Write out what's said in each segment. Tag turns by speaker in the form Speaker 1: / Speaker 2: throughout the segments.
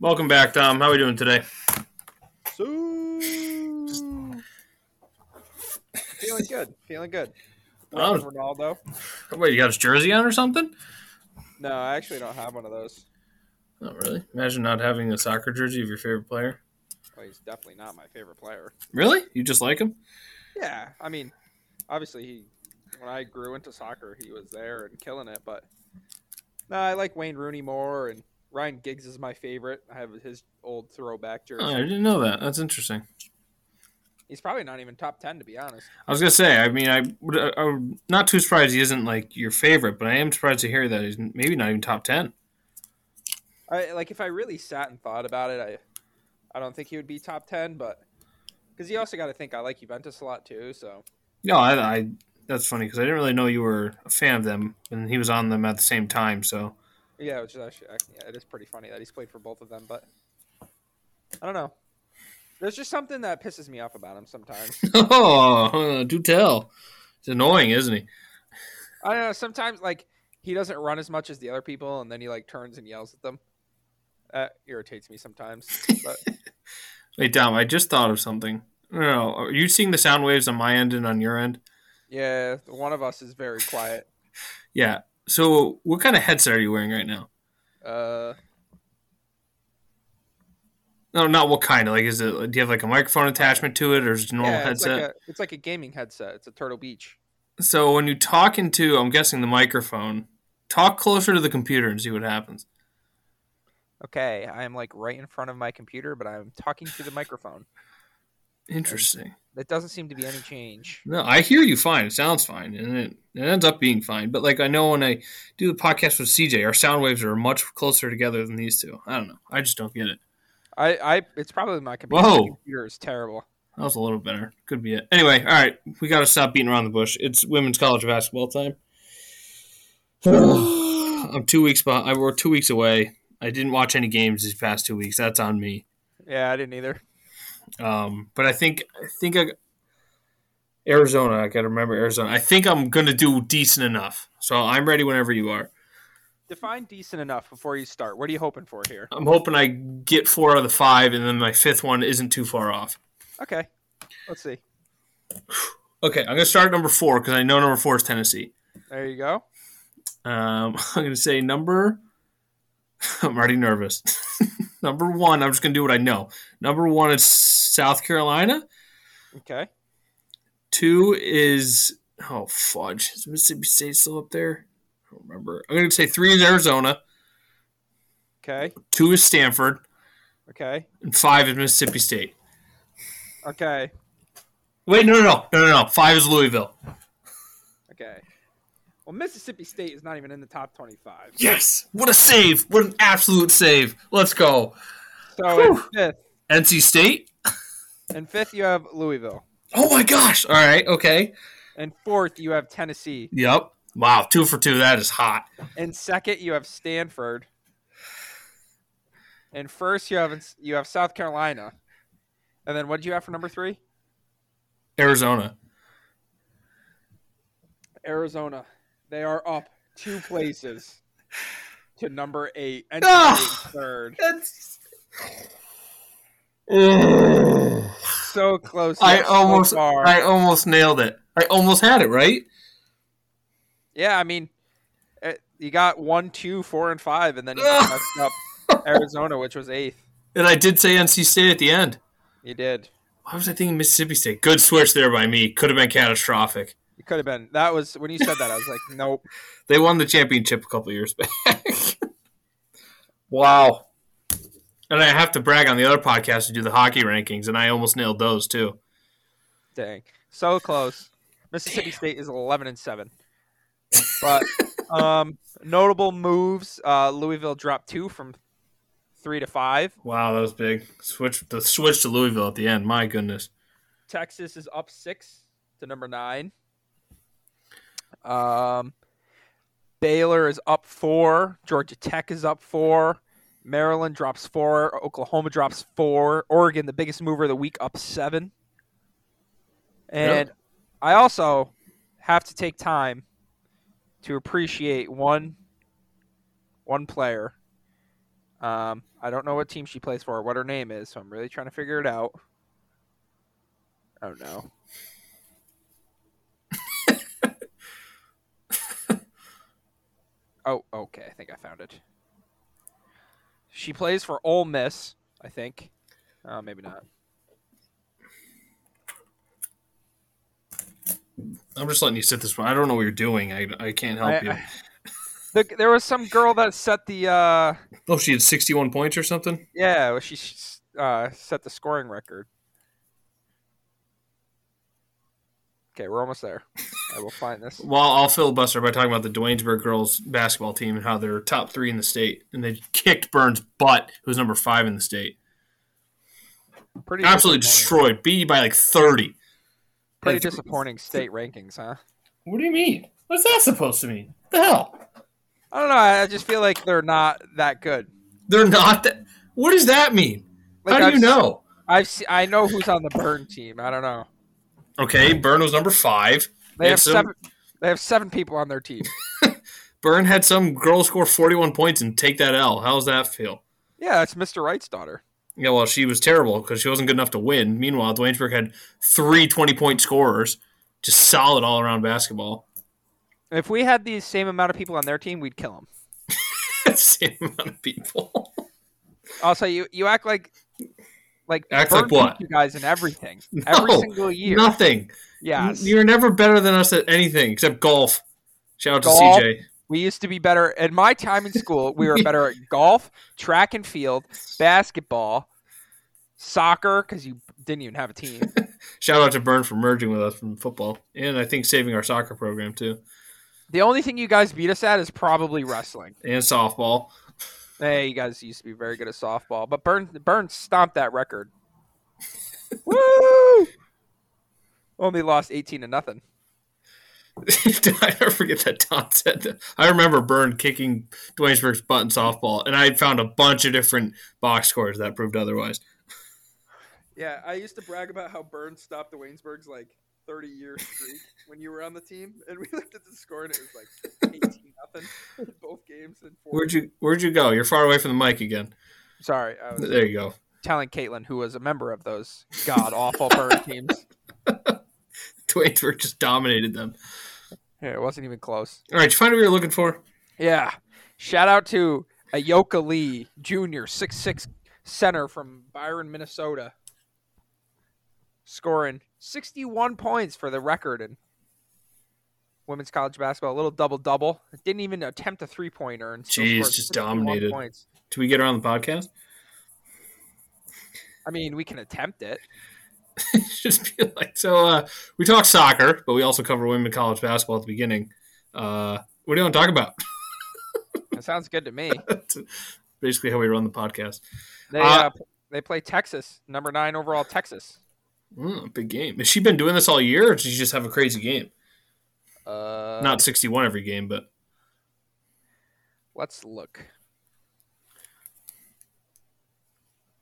Speaker 1: Welcome back, Tom. How are we doing today?
Speaker 2: So feeling good, feeling good.
Speaker 1: Oh.
Speaker 2: Love Ronaldo.
Speaker 1: Wait, you got his jersey on or something?
Speaker 2: No, I actually don't have one of those.
Speaker 1: Not really. Imagine not having a soccer jersey of your favorite player.
Speaker 2: Well, he's definitely not my favorite player.
Speaker 1: Really? You just like him?
Speaker 2: Yeah, I mean, obviously he. When I grew into soccer, he was there and killing it. But no, I like Wayne Rooney more, and Ryan Giggs is my favorite. I have his old throwback jersey.
Speaker 1: Oh, I didn't know that. That's interesting.
Speaker 2: He's probably not even top ten to be honest.
Speaker 1: I was gonna say. I mean, I, would- I, am not too surprised he isn't like your favorite, but I am surprised to hear that he's maybe not even top ten.
Speaker 2: I like if I really sat and thought about it, I I don't think he would be top ten, but because you also got to think I like Juventus a lot too. So
Speaker 1: No, I. I that's funny because I didn't really know you were a fan of them, and he was on them at the same time. So
Speaker 2: yeah, which is actually ac- yeah, it is pretty funny that he's played for both of them, but I don't know. There's just something that pisses me off about him sometimes.
Speaker 1: oh, do tell. It's annoying, isn't he?
Speaker 2: I don't know. Sometimes like he doesn't run as much as the other people, and then he like turns and yells at them. That irritates me sometimes. But
Speaker 1: Wait, Dom, I just thought of something. No, no, are you seeing the sound waves on my end and on your end?
Speaker 2: yeah, one of us is very quiet.
Speaker 1: Yeah. So, what kind of headset are you wearing right now?
Speaker 2: Uh,
Speaker 1: No, not what kind. Like, is it? Do you have like a microphone attachment to it, or is it a normal
Speaker 2: yeah, it's
Speaker 1: headset?
Speaker 2: like, a, it's like a gaming headset. It's a Turtle Beach.
Speaker 1: So, when you talk into, I'm guessing the microphone, talk closer to the computer and see what happens.
Speaker 2: Okay, I'm like right in front of my computer, but I'm talking to the microphone.
Speaker 1: Interesting.
Speaker 2: That doesn't seem to be any change.
Speaker 1: No, I hear you fine. It sounds fine, and it, it ends up being fine. But like, I know when I do the podcast with CJ, our sound waves are much closer together than these two. I don't know. I just don't get it.
Speaker 2: I, I it's probably my computer. My
Speaker 1: Whoa.
Speaker 2: computer is terrible.
Speaker 1: That was a little better. Could be it. Anyway, all right. We got to stop beating around the bush. It's women's college basketball time. I'm two weeks behind. I were two weeks away. I didn't watch any games these past two weeks. That's on me.
Speaker 2: Yeah, I didn't either.
Speaker 1: Um, but I think I think I, Arizona. I got to remember Arizona. I think I'm going to do decent enough. So I'm ready whenever you are.
Speaker 2: Define decent enough before you start. What are you hoping for here?
Speaker 1: I'm hoping I get four out of the five, and then my fifth one isn't too far off.
Speaker 2: Okay, let's see.
Speaker 1: Okay, I'm going to start at number four because I know number four is Tennessee.
Speaker 2: There you go.
Speaker 1: Um, I'm going to say number. I'm already nervous. number one, I'm just going to do what I know. Number one is South Carolina.
Speaker 2: Okay,
Speaker 1: Two is oh fudge, is Mississippi State still up there? I don't remember. I'm going to say three is Arizona.
Speaker 2: okay,
Speaker 1: Two is Stanford,
Speaker 2: okay,
Speaker 1: and five is Mississippi State.
Speaker 2: okay,
Speaker 1: Wait, no, no, no, no, no, no. Five is Louisville.
Speaker 2: okay. Well, Mississippi State is not even in the top twenty-five,
Speaker 1: Yes, what a save! What an absolute save! Let's go,
Speaker 2: so it's fifth.
Speaker 1: NC State.
Speaker 2: And fifth, you have Louisville,
Speaker 1: Oh my gosh! All right, okay,
Speaker 2: and fourth, you have Tennessee,
Speaker 1: yep. Wow, two for two. That is hot.
Speaker 2: And second, you have Stanford. And first, you have you have South Carolina. And then what did you have for number three?
Speaker 1: Arizona.
Speaker 2: Arizona. They are up two places to number eight and
Speaker 1: Ah!
Speaker 2: Tennessee is third.
Speaker 1: That's. I
Speaker 2: So close. yet so
Speaker 1: almost,
Speaker 2: far.
Speaker 1: I almost nailed it. I almost had it right.
Speaker 2: yeah. I mean, eh, you got one, two, four, and five, and then you
Speaker 1: Ah!
Speaker 2: messed up Arizona, which was eighth.
Speaker 1: And I did say NC State at the end.
Speaker 2: You did.
Speaker 1: Why was I thinking Mississippi State? Good switch there by me. Could have been catastrophic.
Speaker 2: You could have been. That was when you said that. I was like, nope.
Speaker 1: They won the championship a couple years back. wow. And I have to brag on the other podcast to do the hockey rankings, and I almost nailed those too.
Speaker 2: Dang, so close. Mississippi State is eleven and seven. But um, notable moves: uh, Louisville dropped two from three to five.
Speaker 1: Wow, that was big. Switch the switch to Louisville at the end. My goodness.
Speaker 2: Texas is up six to number nine. Um, Baylor is up four. Georgia Tech is up four. Maryland drops four. Oklahoma drops four. Oregon, the biggest mover of the week, up seven. And I also have to take time to appreciate one one player. Um, I don't know what team she plays for, or what her name is, so I'm really trying to figure it out. Oh no. oh, okay. I think I found it. She plays for Ole Miss, I think. Uh, maybe not.
Speaker 1: I'm just letting you sit this one. I don't know what you're doing. I, I can't help
Speaker 2: I-
Speaker 1: you.
Speaker 2: I- The, there was some girl that set the uh,
Speaker 1: oh, she had 61 points or something.
Speaker 2: yeah, well, she s- uh, set the scoring record. Okay, we're almost there. I will find this.
Speaker 1: Well, I'll filibuster by talking about the Dwaynesburg girls basketball team and how they're top three in the state, and they kicked Burns' butt, who was number five in the state.
Speaker 2: Pretty
Speaker 1: Absolutely
Speaker 2: disappointing-
Speaker 1: destroyed, beat you by like 30.
Speaker 2: Pretty disappointing state rankings, huh?
Speaker 1: What do you mean? What's that supposed to mean? the hell?
Speaker 2: I don't know. I just feel like they're not that good.
Speaker 1: They're not that. What does that mean?
Speaker 2: Like
Speaker 1: how do
Speaker 2: I've
Speaker 1: you know?
Speaker 2: se- I've se- I know who's on the burn team. I don't know.
Speaker 1: Okay, Burn was number five.
Speaker 2: They have
Speaker 1: some-
Speaker 2: seven. They have seven people on their team.
Speaker 1: Burn had some girl score 41 points and take that L. How's that feel?
Speaker 2: Yeah, it's Mr. Wright's daughter.
Speaker 1: Yeah, well, she was terrible because she wasn't good enough to win. Meanwhile, Dwayne'sburg had three 20 point scorers, just solid all around basketball.
Speaker 2: If we had the same amount of people on their team, we'd kill them.
Speaker 1: Same amount of people.
Speaker 2: Also, you you act like like
Speaker 1: Act
Speaker 2: Vern
Speaker 1: like what?
Speaker 2: beat you guys in everything every
Speaker 1: No,
Speaker 2: single year.
Speaker 1: Nothing.
Speaker 2: Yes,
Speaker 1: You're never better than us at anything except golf. Shout out
Speaker 2: Golf.
Speaker 1: to CJ.
Speaker 2: we used to be better. At my time in school, we were better at golf, track and field, basketball, soccer because you didn't even have a team.
Speaker 1: Shout out to Burn for merging with us from football and I think saving our soccer program too
Speaker 2: the only thing you guys beat us at is probably wrestling.
Speaker 1: and softball.
Speaker 2: Hey, you guys used to be very good at softball, but Burn Burn stomped that record. Woo! Only lost eighteen to nothing.
Speaker 1: I never forget that Don said that. I remember Byrne kicking Dwayne'sburg's butt in softball, and I had found a bunch of different box scores that proved otherwise.
Speaker 2: Yeah, I used to brag about how Burns stopped the Waynesburgs like 30 year streak when you were on the team, and we looked at the score and it was like 18 nothing in both games. And four.
Speaker 1: Where'd you Where'd you go? You're far away from the mic again.
Speaker 2: Sorry, I was
Speaker 1: There you go.
Speaker 2: telling Caitlin, who was a member of those god awful Burn teams.
Speaker 1: Dwayne'sburg just dominated them.
Speaker 2: Yeah, it wasn't even close.
Speaker 1: All right, did you find what you were looking for?
Speaker 2: Yeah, shout out to Ayoka Lee Jr., six six center from Byron, Minnesota, scoring 61 points for the record in women's college basketball. A little double double. Didn't even attempt a three pointer. and still
Speaker 1: Jeez,
Speaker 2: scored
Speaker 1: just
Speaker 2: 61
Speaker 1: dominated.
Speaker 2: Points.
Speaker 1: Did we get her on the podcast?
Speaker 2: I mean, we can attempt it.
Speaker 1: just be like, so uh, we talk soccer, but we also cover women college basketball at the beginning. Uh, what do you want to talk about?
Speaker 2: It sounds good to me.
Speaker 1: That's basically how we run the podcast.
Speaker 2: They
Speaker 1: Uh,
Speaker 2: uh, p- they play Texas, number nine overall Texas.
Speaker 1: Mm, big game. Has she been doing this all year, or did she just have a crazy game?
Speaker 2: Uh,
Speaker 1: Not 61 every game, but
Speaker 2: Let's look.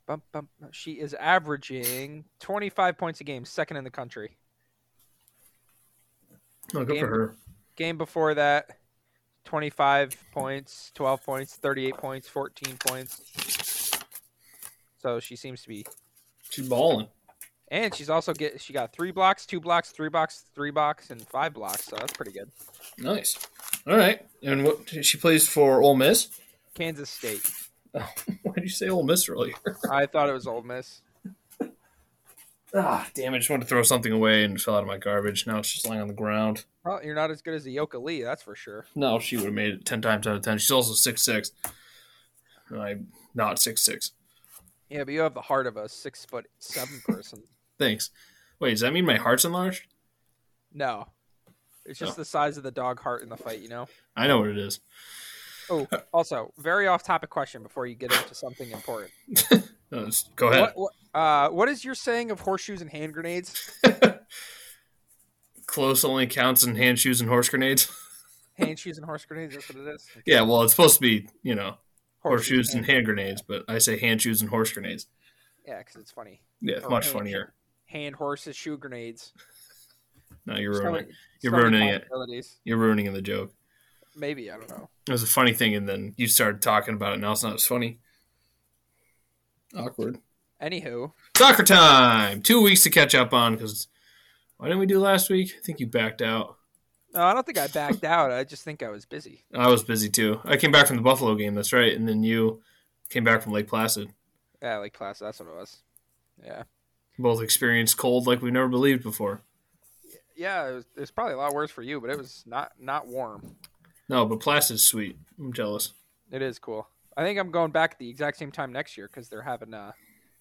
Speaker 2: Bum, bum. She is averaging 25 points a game, second in the country.
Speaker 1: no, oh, good
Speaker 2: Game.
Speaker 1: for her.
Speaker 2: Game before that, 25 points, 12 points, 38 points, 14 points. So she seems to be.
Speaker 1: She's balling.
Speaker 2: And she's also get she got three blocks, two blocks, three blocks, three blocks, and five blocks. So that's pretty good.
Speaker 1: Nice. All right. And what she plays for Ole Miss?
Speaker 2: Kansas State.
Speaker 1: Why did you say Ole Miss earlier?
Speaker 2: I thought it was Ole Miss.
Speaker 1: Ah, damn! I just wanted to throw something away and it fell out of my garbage. Now it's just lying on the ground.
Speaker 2: Well, you're not as good as the Yoka Lee, that's for sure.
Speaker 1: No, she would have made it ten times out of ten. She's also six six. I'm not six six.
Speaker 2: Yeah, but you have the heart of a six foot seven person.
Speaker 1: Thanks. Wait, does that mean my heart's enlarged?
Speaker 2: No. It's just
Speaker 1: Oh.
Speaker 2: the size of the dog heart in the fight, you know?
Speaker 1: I know what it is.
Speaker 2: Oh, also, very off topic question before you get into something important.
Speaker 1: No, it's- go ahead.
Speaker 2: What, what, uh, what is your saying of horseshoes and hand grenades?
Speaker 1: Close only counts in hand shoes and horse grenades.
Speaker 2: Hand shoes and horse grenades, that's what it is.
Speaker 1: Yeah, well, it's supposed to be, you know, horseshoes and
Speaker 2: hand-
Speaker 1: hand grenades, but I say hand shoes and horse grenades.
Speaker 2: Yeah, because it's funny.
Speaker 1: Yeah, it's
Speaker 2: Or
Speaker 1: much
Speaker 2: hand-
Speaker 1: funnier.
Speaker 2: Hand horses, shoe grenades.
Speaker 1: No, you're
Speaker 2: So
Speaker 1: ruining.
Speaker 2: many-
Speaker 1: You're
Speaker 2: so many
Speaker 1: ruining it.
Speaker 2: possibilities.
Speaker 1: You're ruining the joke.
Speaker 2: Maybe, I don't know.
Speaker 1: It was a funny thing, and then you started talking about it. Now it's not as funny. Awkward.
Speaker 2: Anywho,
Speaker 1: Soccer time. Two weeks to catch up on because why didn't we do last week? I think you backed out.
Speaker 2: no, I don't think I backed out. I just think I was busy.
Speaker 1: I was busy too. I came back from the Buffalo game. That's right. And then you came back from Lake Placid.
Speaker 2: Yeah, like class. That's what it was. Yeah,
Speaker 1: Both experienced cold like we've never believed before.
Speaker 2: yeah. It was, it was probably a lot worse for you, but it was not not warm.
Speaker 1: No, but Placid's sweet. I'm jealous.
Speaker 2: It is cool. I think I'm going back at the exact same time next year because they're having uh,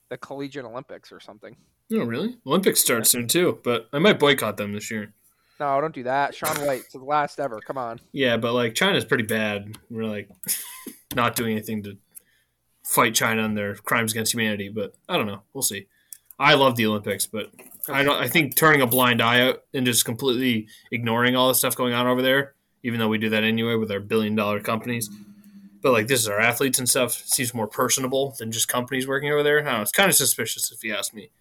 Speaker 2: the collegiate Olympics or something.
Speaker 1: No, Oh, really? Olympics start soon too, but I might boycott them this year.
Speaker 2: No, don't do that. Sean White to the last ever. Come on.
Speaker 1: Yeah, but like China's pretty bad. We're like not doing anything to fight China and their crimes against humanity, but I don't know. We'll see. I love the Olympics, but I don't I think turning a blind eye out and just completely ignoring all the stuff going on over there, even though we do that anyway with our billion dollar companies. But like this is our athletes and stuff seems more personable than just companies working over there. I don't know, it's kind of suspicious if you ask me.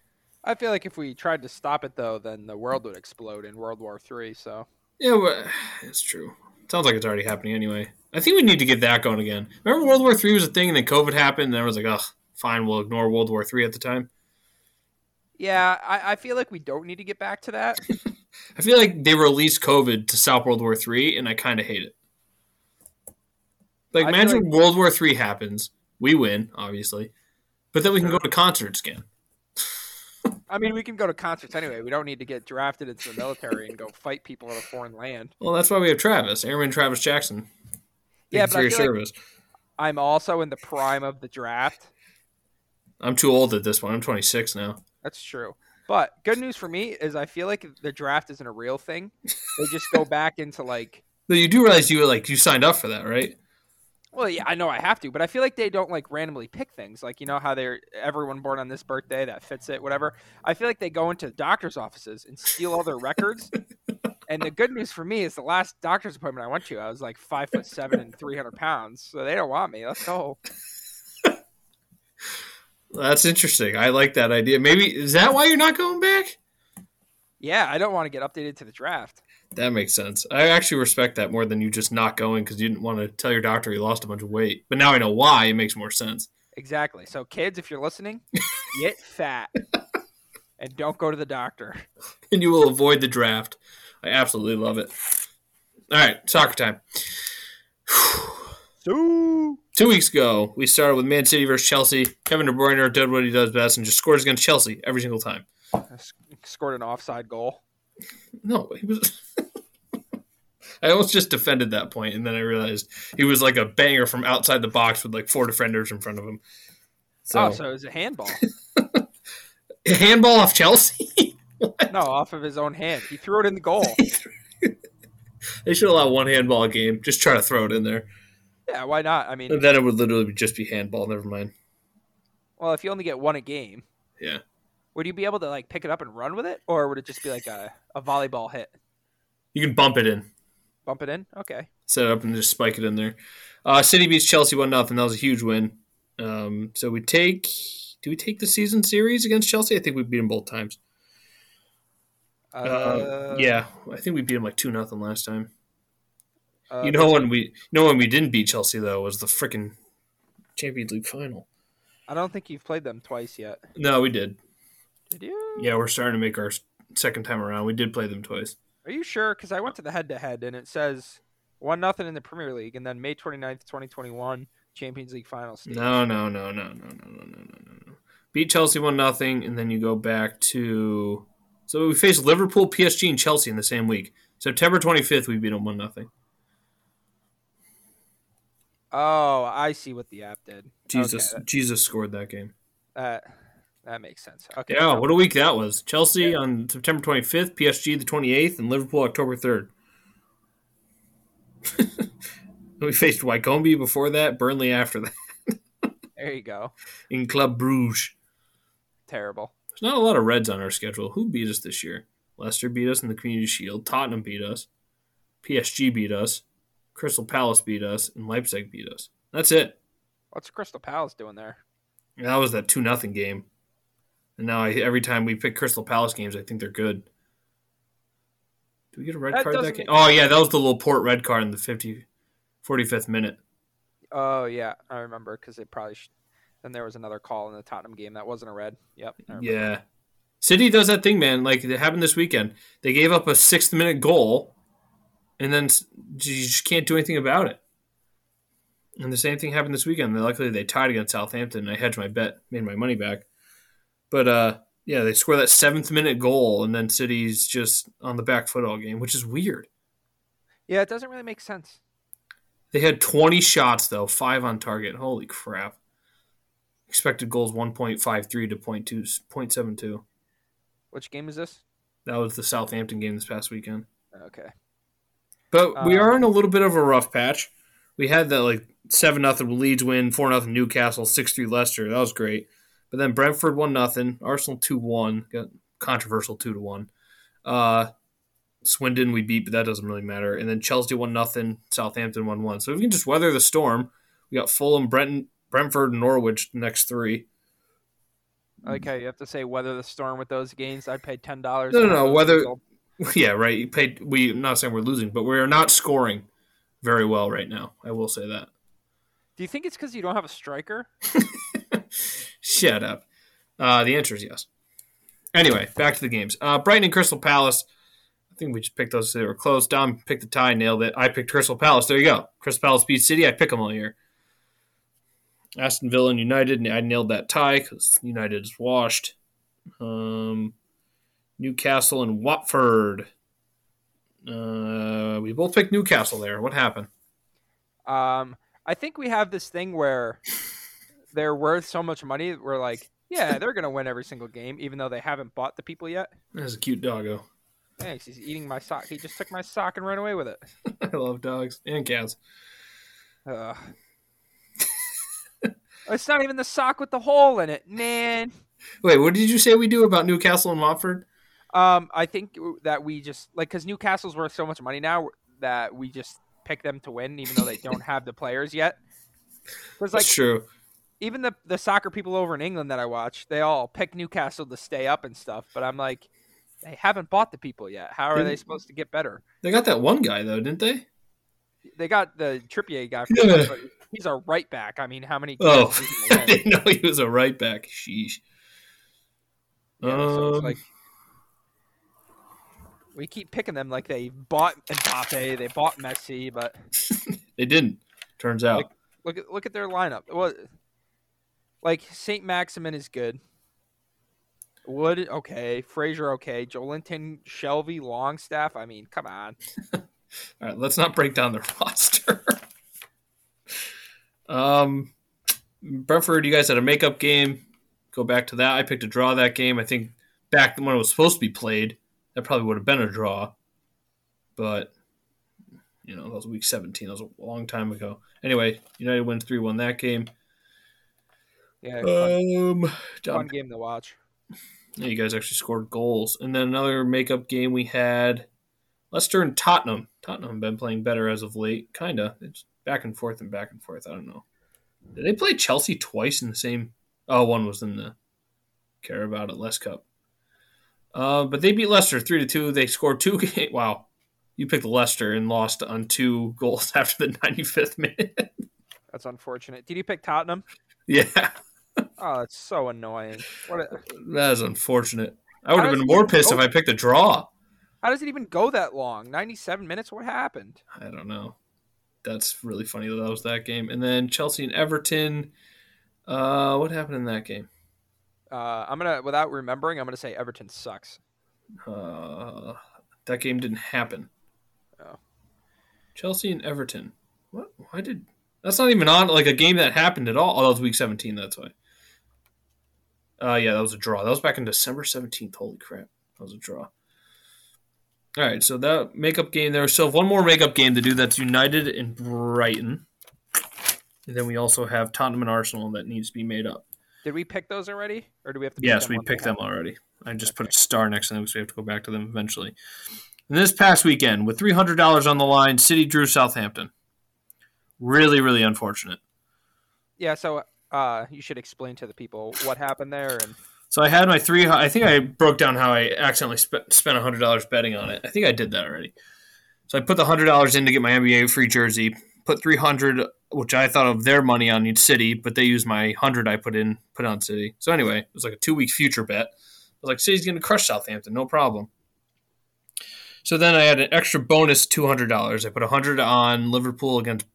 Speaker 2: I feel like if we tried to stop it though, then the world would explode in World War Three. So
Speaker 1: Yeah, well, it's true. Sounds like it's already happening anyway. I think we need to get that going again. Remember World War Three was a thing, and then COVID happened, and everyone's like, "Ugh, fine, we'll ignore World War Three at the time."
Speaker 2: yeah, I, I feel like we don't need to get back to that.
Speaker 1: I feel like they released COVID to stop World War Three, and I kind of hate it. Like,
Speaker 2: I feel
Speaker 1: imagine World War Three happens, we win, obviously, but then we can go to concerts again.
Speaker 2: I mean, we can go to concerts anyway. We don't need to get drafted into the military and go fight people in a foreign land.
Speaker 1: Well, that's why we have Travis, Airman Travis Jackson. Thank
Speaker 2: Yeah,
Speaker 1: you
Speaker 2: but
Speaker 1: for
Speaker 2: I
Speaker 1: your
Speaker 2: feel like-
Speaker 1: service.
Speaker 2: I'm also in the prime of the draft.
Speaker 1: I'm too old at this one. I'm 26 now.
Speaker 2: That's true. But good news for me is I feel like the draft isn't a real thing. They just go back into like,
Speaker 1: Though you do realize you like you signed up for that, right?
Speaker 2: well, yeah, I know I have to, but I feel like they don't like randomly pick things. Like you know how they're everyone born on this birthday that fits it, whatever. I feel like they go into doctors' offices and steal all their records. And the good news for me is the last doctor's appointment I went to, I was like five foot seven and three hundred pounds, so they don't want me. Let's go.
Speaker 1: That's interesting. I like that idea. Maybe is that why you're not going back?
Speaker 2: Yeah, I don't want to get updated to the draft.
Speaker 1: That makes sense. I actually respect that more than you just not going because you didn't want to tell your doctor you lost a bunch of weight. But now I know why. It makes more sense.
Speaker 2: Exactly. So, kids, if you're listening, get fat and don't go to the doctor.
Speaker 1: And you will avoid the draft. I absolutely love it. All right, soccer time.
Speaker 2: So,
Speaker 1: Two weeks ago, we started with Man City versus Chelsea. Kevin De Bruyne did what he does best and just scores against Chelsea every single time.
Speaker 2: scored an offside goal.
Speaker 1: No, he was. I almost just defended that point, and then I realized he was like a banger from outside the box with like four defenders in front of him. So,
Speaker 2: oh, so it was a handball.
Speaker 1: handball off Chelsea.
Speaker 2: no, off of his own hand. He threw it in the goal.
Speaker 1: they should allow one handball a game. Just try to throw it in there.
Speaker 2: Yeah, why not? I mean,
Speaker 1: And then it would literally just be handball. Never mind.
Speaker 2: well, if you only get one a game,
Speaker 1: Yeah.
Speaker 2: would you be able to like pick it up and run with it, or would it just be like a, a volleyball hit?
Speaker 1: You can bump it in,
Speaker 2: Bump it in. Okay.
Speaker 1: set it up, and just spike it in there. Uh, City beats Chelsea one nothing. That was a huge win. Um, so we take. Do we take the season series against Chelsea? I think we beat them both times.
Speaker 2: Uh,
Speaker 1: Uh, yeah, I think we beat them like two nothing last time.
Speaker 2: uh,
Speaker 1: You know when we you know when we didn't beat Chelsea though was the freaking Champions League final.
Speaker 2: I don't think you've played them twice yet.
Speaker 1: No, we did.
Speaker 2: Did you?
Speaker 1: Yeah, we're starting to make our s- second time around. We did play them twice.
Speaker 2: Are you sure? Because I went to the head to head and it says one nothing in the Premier League, and then May 29th, 2021, Champions League finals.
Speaker 1: No, no, no, no, no, no, no, no, no, no, no. Beat Chelsea one nothing, and then you go back to so we faced Liverpool, PSG, and Chelsea in the same week. September twenty fifth, we beat them one nothing.
Speaker 2: Oh, I see what the app did.
Speaker 1: Jesus,
Speaker 2: Okay,
Speaker 1: Jesus scored that game.
Speaker 2: that that makes sense. Okay.
Speaker 1: Yeah, what a week that was. Chelsea on September twenty fifth, PSG the twenty eighth, and Liverpool October third. we faced Wycombe before that, Burnley after that,
Speaker 2: There you go.
Speaker 1: in Club Bruges.
Speaker 2: Terrible.
Speaker 1: There's not a lot of Reds on our schedule. Who beat us this year? Leicester beat us in the Community Shield. Tottenham beat us. PSG beat us. Crystal Palace beat us, and Leipzig beat us. That's it.
Speaker 2: What's Crystal Palace doing there?
Speaker 1: And that was that two nothing game. And now I, every time we pick Crystal Palace games, I think they're good. Do we get a red
Speaker 2: That
Speaker 1: card that
Speaker 2: doesn't-
Speaker 1: game? Oh yeah, that was the little port red card in the 50, 45th minute.
Speaker 2: Oh yeah, I remember because they probably. Should... Then there was another call in the Tottenham game that wasn't a red. Yep. I remember.
Speaker 1: Yeah. City does that thing, man. Like it happened this weekend. They gave up a sixth minute goal, and then s- you just can't do anything about it. And the same thing happened this weekend. They- Luckily, they tied against Southampton. I hedged my bet, made my money back. But uh, yeah, they score that seventh minute goal, and then City's just on the back foot all game, which is weird.
Speaker 2: Yeah, it doesn't really make sense.
Speaker 1: They had 20 shots though, five on target. Holy crap! Expected goals 1.53 to 0.2, 0.72.
Speaker 2: Which game is this?
Speaker 1: That was the Southampton game this past weekend.
Speaker 2: Okay.
Speaker 1: But we
Speaker 2: Um,
Speaker 1: are in a little bit of a rough patch. We had that like seven nothing Leeds win, four nothing Newcastle, six three Leicester. That was great. But then Brentford one nothing, Arsenal two one, got controversial two to one. Uh, Swindon we beat, but that doesn't really matter. And then Chelsea one nothing, Southampton one one. So if we can just weather the storm, we got Fulham, Brenton, Brentford, and Norwich the next three. Hmm.
Speaker 2: Okay, you have to say whether the storm with those games. I paid ten dollars.
Speaker 1: No, no, no, whether- yeah, right. You paid. We I'm not saying we're losing, but we're not scoring very well right now. I will say that.
Speaker 2: Do you think it's because you don't have a striker?
Speaker 1: Shut up. Uh, the answer is yes. Anyway, back to the games. Uh, Brighton and Crystal Palace. I think we just picked those. They were close. Dom picked the tie, nailed it. I picked Crystal Palace. There you go. Crystal Palace beat City. I pick them all year. Aston Villa and United. I nailed that tie because United is washed. Um, Newcastle and Watford. Uh, we both picked Newcastle there. What happened?
Speaker 2: Um, I think we have this thing where they're worth so much money. We're like, yeah, they're gonna win every single game, even though they haven't bought the people yet.
Speaker 1: That's a cute doggo.
Speaker 2: Thanks. He's eating my sock. He just took my sock and ran away with it.
Speaker 1: I love dogs and cats.
Speaker 2: Ugh. it's not even the sock with the hole in it, man.
Speaker 1: Wait, what did you say we do about Newcastle and Watford?
Speaker 2: Um, I think that we just like because Newcastle's worth so much money now that we just pick them to win, even though they don't have the players yet. Because like
Speaker 1: That's true.
Speaker 2: even the the soccer people over in England that I watch, they all pick Newcastle to stay up and stuff. But I'm like, they haven't bought the people yet. How are they
Speaker 1: Didn't-
Speaker 2: supposed to get better?
Speaker 1: They got that one guy though, didn't they?
Speaker 2: They got the Trippier guy. From
Speaker 1: Yeah.
Speaker 2: England, but he's a right back. I mean, how many?
Speaker 1: Oh.
Speaker 2: games is he
Speaker 1: I
Speaker 2: gonna win?
Speaker 1: didn't know he was a right back. Sheesh.
Speaker 2: Yeah, so
Speaker 1: Um,
Speaker 2: it's like we keep picking them like they bought Mbappe, they bought Messi, but
Speaker 1: They didn't. Turns out.
Speaker 2: Like- look at look at their lineup. Well, like Saint Maximin is good. Wood okay, Fraser okay, Jolinton, Shelby, Longstaff. I mean, come on.
Speaker 1: All right, let's not break down the roster. um, Brentford, you guys had a makeup game. Go back to that. I picked a draw that game. I think back when it was supposed to be played, that probably would have been a draw. But you know, that was week seventeen. That was a long time ago. Anyway, United wins three one that game.
Speaker 2: Yeah, fun,
Speaker 1: Um,
Speaker 2: fun
Speaker 1: Dom
Speaker 2: game to watch.
Speaker 1: Yeah, you guys actually scored goals. And then another makeup game we had Leicester and Tottenham. Tottenham have been playing better as of late, kinda. It's back and forth and back and forth. I don't know. Did they play Chelsea twice in the same? Oh, one was in the Carabao at Les Cup. Uh, but they beat Leicester three to two. They scored two. Game- wow, you picked Leicester and lost on two goals after the ninety fifth minute.
Speaker 2: That's unfortunate. Did you pick Tottenham?
Speaker 1: yeah,
Speaker 2: Oh, that's so annoying. What a,
Speaker 1: that is unfortunate. I would
Speaker 2: How
Speaker 1: have
Speaker 2: does
Speaker 1: been
Speaker 2: it
Speaker 1: more
Speaker 2: even
Speaker 1: pissed
Speaker 2: go-
Speaker 1: if I picked a draw.
Speaker 2: how does it even go that long? Ninety-seven minutes. What happened?
Speaker 1: I don't know. That's really funny that that was that game. And then Chelsea and Everton. Uh, what happened in that game?
Speaker 2: Uh, I'm gonna without remembering. I'm gonna say Everton sucks.
Speaker 1: Uh, that game didn't happen.
Speaker 2: Oh.
Speaker 1: Chelsea and Everton. What? Why did? That's not even on like a game that happened at all. Oh, that was week seventeen. That's why. Uh, yeah, that was a draw. That was back on December seventeenth. Holy crap, that was a draw. All right, so that makeup game there. So one more makeup game to do. That's United and Brighton, and then we also have Tottenham and Arsenal that needs to be made up.
Speaker 2: Did we pick those already, or do we have to? pick
Speaker 1: Yes,
Speaker 2: them
Speaker 1: we
Speaker 2: one by
Speaker 1: picked
Speaker 2: one?
Speaker 1: them already. I just put a star next to them because we have to go back to them eventually. And this past weekend, with three hundred dollars on the line, City drew Southampton. Really, really unfortunate.
Speaker 2: Yeah, so uh, you should explain to the people what happened there. And
Speaker 1: So I had my three. I think I broke down how I accidentally sp- spent hundred dollars betting on it. I think I did that already. So I put the hundred dollars in to get my NBA free jersey. put 300 which I thought of their money on City, but they used my 100 I put in put on City. So anyway, it was like a 2 week future bet. I was like City's going to crush Southampton, no problem. So then I had an extra bonus $200. I put 100 on Liverpool against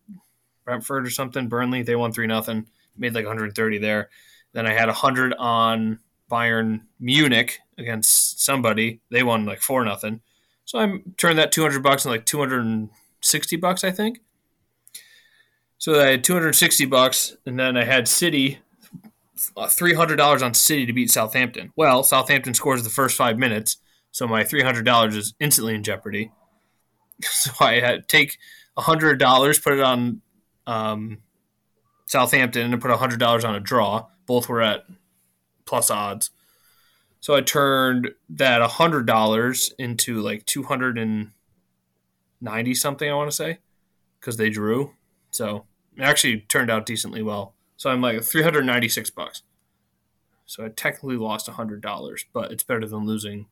Speaker 1: Brentford or something, Burnley, they won 3 nothing. Made like 130 there. Then I had 100 on Bayern Munich against somebody. They won like 4 nothing. So I turned that 200 bucks into like 260 bucks, I think. So I had 260 bucks, and then I had City, uh, $300 on City to beat Southampton. Well, Southampton scores the first five minutes, so my $300 is instantly in jeopardy. So I had take $100, put it on um, Southampton, and put $100 on a draw. Both were at plus odds. So I turned that $100 into like 290 something, I want to say, because they drew. So it actually turned out decently well. So I'm like 396 bucks. So I technically lost $100, but it's better than losing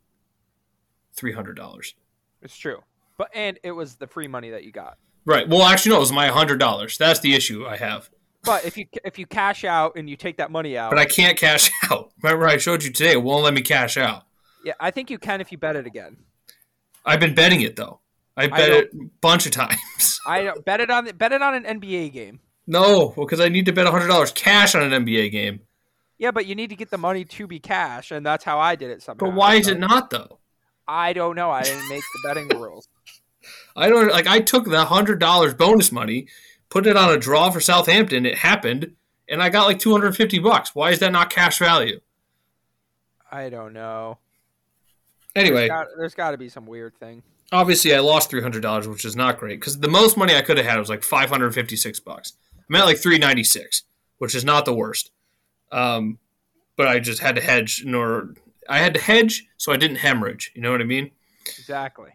Speaker 1: $300.
Speaker 2: It's true. But and it was the free money that you got.
Speaker 1: Right. Well, actually no, it was my $100. That's the issue I have.
Speaker 2: But if you if you cash out and you take that money out,
Speaker 1: But I can't cash out. Remember I showed you today, it won't let me cash out.
Speaker 2: yeah, I think you can if you bet it again.
Speaker 1: I've been betting it though. I bet it a bunch of times.
Speaker 2: I don't- bet it on the- bet it on an NBA game.
Speaker 1: No, because I need to bet $100 cash on an NBA game.
Speaker 2: Yeah, but you need to get the money to be cash, and that's how I did it. Somehow.
Speaker 1: But why is
Speaker 2: So,
Speaker 1: it not though?
Speaker 2: I don't know. I didn't make the betting rules.
Speaker 1: I don't like. I took the hundred dollars bonus money, put it on a draw for Southampton. It happened, and I got like two hundred fifty bucks. Why is that not cash value?
Speaker 2: I don't know.
Speaker 1: Anyway,
Speaker 2: Got- there's got to be some weird thing.
Speaker 1: obviously I lost three hundred dollars, which is not great because the most money I could have had was like five hundred fifty six bucks. I'm at like three ninety six, which is not the worst. Um, but I just had to hedge, nor I had to hedge so I didn't hemorrhage. You know what I mean?
Speaker 2: Exactly.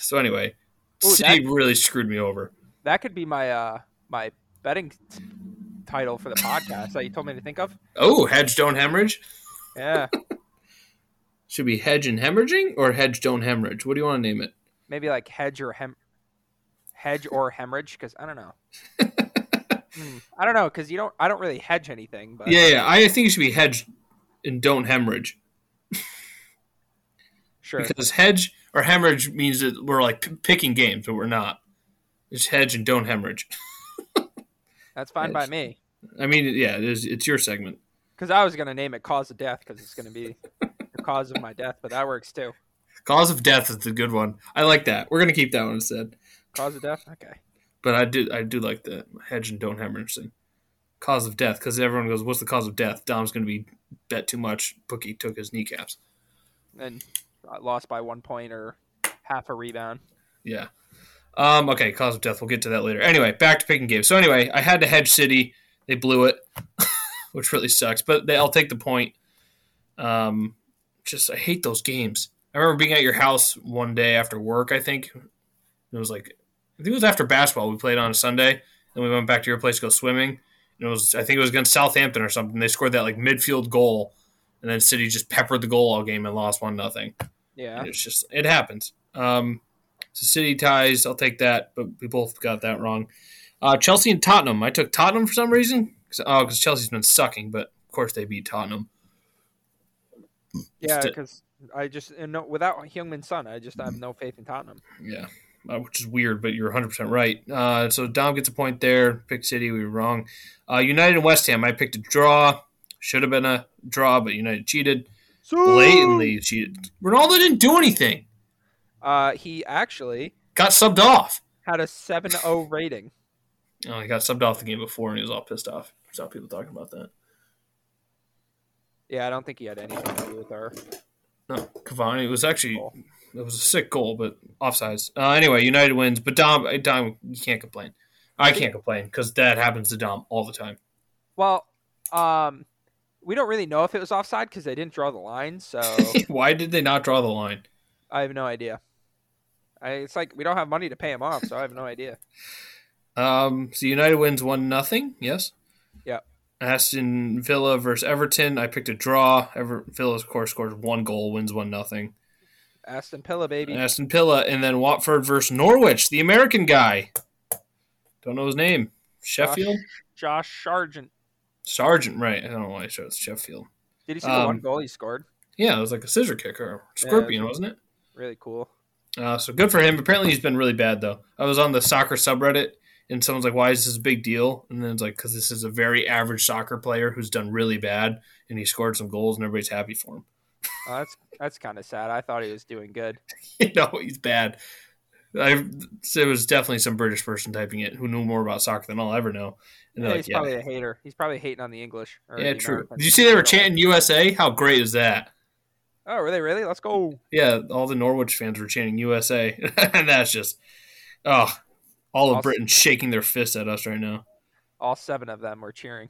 Speaker 1: So anyway,
Speaker 2: Ooh,
Speaker 1: City really screwed me over.
Speaker 2: That could be my uh my betting t- title for the podcast that you told me to think of.
Speaker 1: Oh, hedge don't hemorrhage.
Speaker 2: Yeah,
Speaker 1: Should be hedge and hemorrhaging or hedge don't hemorrhage? What do you want to name it?
Speaker 2: maybe like hedge or hem, hedge or hemorrhage. Because I don't know. Hmm. I don't know because you don't. I don't really hedge anything. But
Speaker 1: Yeah, yeah. I think it should be hedge and don't hemorrhage
Speaker 2: sure.
Speaker 1: because hedge or hemorrhage means that we're like p- picking games, but we're not. It's hedge and don't hemorrhage.
Speaker 2: That's fine by me.
Speaker 1: I mean, yeah, it is, it's your segment.
Speaker 2: Because I was gonna name it cause of death because it's gonna be the cause of my death, but that works too.
Speaker 1: Cause of death is the good one. I like that. We're gonna keep that one instead.
Speaker 2: Cause of death. Okay.
Speaker 1: But I do, I do like the hedge and don't hemorrhage thing. Cause of death, because everyone goes, "What's the cause of death?" Dom's gonna be bet too much. Bookie took his kneecaps.
Speaker 2: And uh, lost by one point or half a rebound.
Speaker 1: Yeah. Um, okay, cause of death. We'll get to that later. Anyway, back to picking games. So anyway, I had to hedge City. They blew it, which really sucks. But they, I'll take the point. Um, just I hate those games. I remember being at your house one day after work. I think it was like I think it was after basketball. We played on a Sunday, and we went back to your place to go swimming. And it was I think it was against Southampton or something. They scored that like midfield goal, and then City just peppered the goal all game and lost one nothing.
Speaker 2: Yeah.
Speaker 1: And It's just it happens. Um, so city ties, I'll take that, but we both got that wrong. Uh, Chelsea and Tottenham. I took Tottenham for some reason. 'Cause- oh, because Chelsea's been sucking, but of course they beat Tottenham.
Speaker 2: Yeah,
Speaker 1: Sti-
Speaker 2: because I just and no, without Heung-Min Son, I just have no faith in Tottenham.
Speaker 1: Yeah, uh, which is weird, but you're 100 percent right. Uh, so Dom gets a point there. Pick City, we were wrong. Uh, United and West Ham. I picked a draw. Should have been a draw, but United cheated blatantly. Cheated. Ronaldo didn't do anything.
Speaker 2: Uh, he actually
Speaker 1: Got subbed off.
Speaker 2: had a 7-0 rating.
Speaker 1: Oh, he got subbed off the game before, and he was all pissed off. Saw people talking about that.
Speaker 2: Yeah, I don't think he had anything to do with our
Speaker 1: No, Cavani. It was actually
Speaker 2: goal.
Speaker 1: it was a sick goal, but offsides. Uh, anyway, United wins, but Dom, uh, Dom, you can't complain. I can't complain because that happens to Dom all the time.
Speaker 2: Well, um, we don't really know if it was offside because they didn't draw the line, so
Speaker 1: Why did they not draw the line?
Speaker 2: I have no idea. I, it's like we don't have money to pay him off, so I have no idea.
Speaker 1: Um, so United wins one nothing. Yes.
Speaker 2: Yeah.
Speaker 1: Aston Villa versus Everton. I picked a draw. Ever Villa, of course, scores one goal, wins one nothing.
Speaker 2: Aston Pilla, baby.
Speaker 1: Aston Villa, and then Watford versus Norwich, the American guy. Don't know his name. Sheffield?
Speaker 2: Josh Sargent.
Speaker 1: Sargent, right. I don't know why I chose Sheffield.
Speaker 2: Did you see the one
Speaker 1: Um,
Speaker 2: goal he scored?
Speaker 1: Yeah, it was like a scissor kick or scorpion, wasn't it?
Speaker 2: Really cool.
Speaker 1: Uh, so good for him. Apparently, he's been really bad though. I was on the soccer subreddit, and someone's like, "Why is this a big deal?" And then it's like, "Cause this is a very average soccer player who's done really bad, and he scored some goals, and everybody's happy for him."
Speaker 2: Oh, that's that's kind of sad. I thought he was doing good.
Speaker 1: you know, he's bad. I it was definitely some British person typing it who knew more about soccer than I'll ever know. And
Speaker 2: Yeah,
Speaker 1: they're
Speaker 2: he's
Speaker 1: like,
Speaker 2: probably a hater. He's probably hating on the English. Or
Speaker 1: "Yeah, yeah,
Speaker 2: the
Speaker 1: true."
Speaker 2: Americans.
Speaker 1: Did you see they
Speaker 2: I
Speaker 1: were
Speaker 2: don't know.
Speaker 1: chanting USA? How great is that?
Speaker 2: Oh, were they really? Let's go.
Speaker 1: Yeah, all the Norwich fans were chanting USA, and that's just, oh, all of
Speaker 2: Awesome.
Speaker 1: Britain shaking their fists at us right now.
Speaker 2: All seven of them were cheering.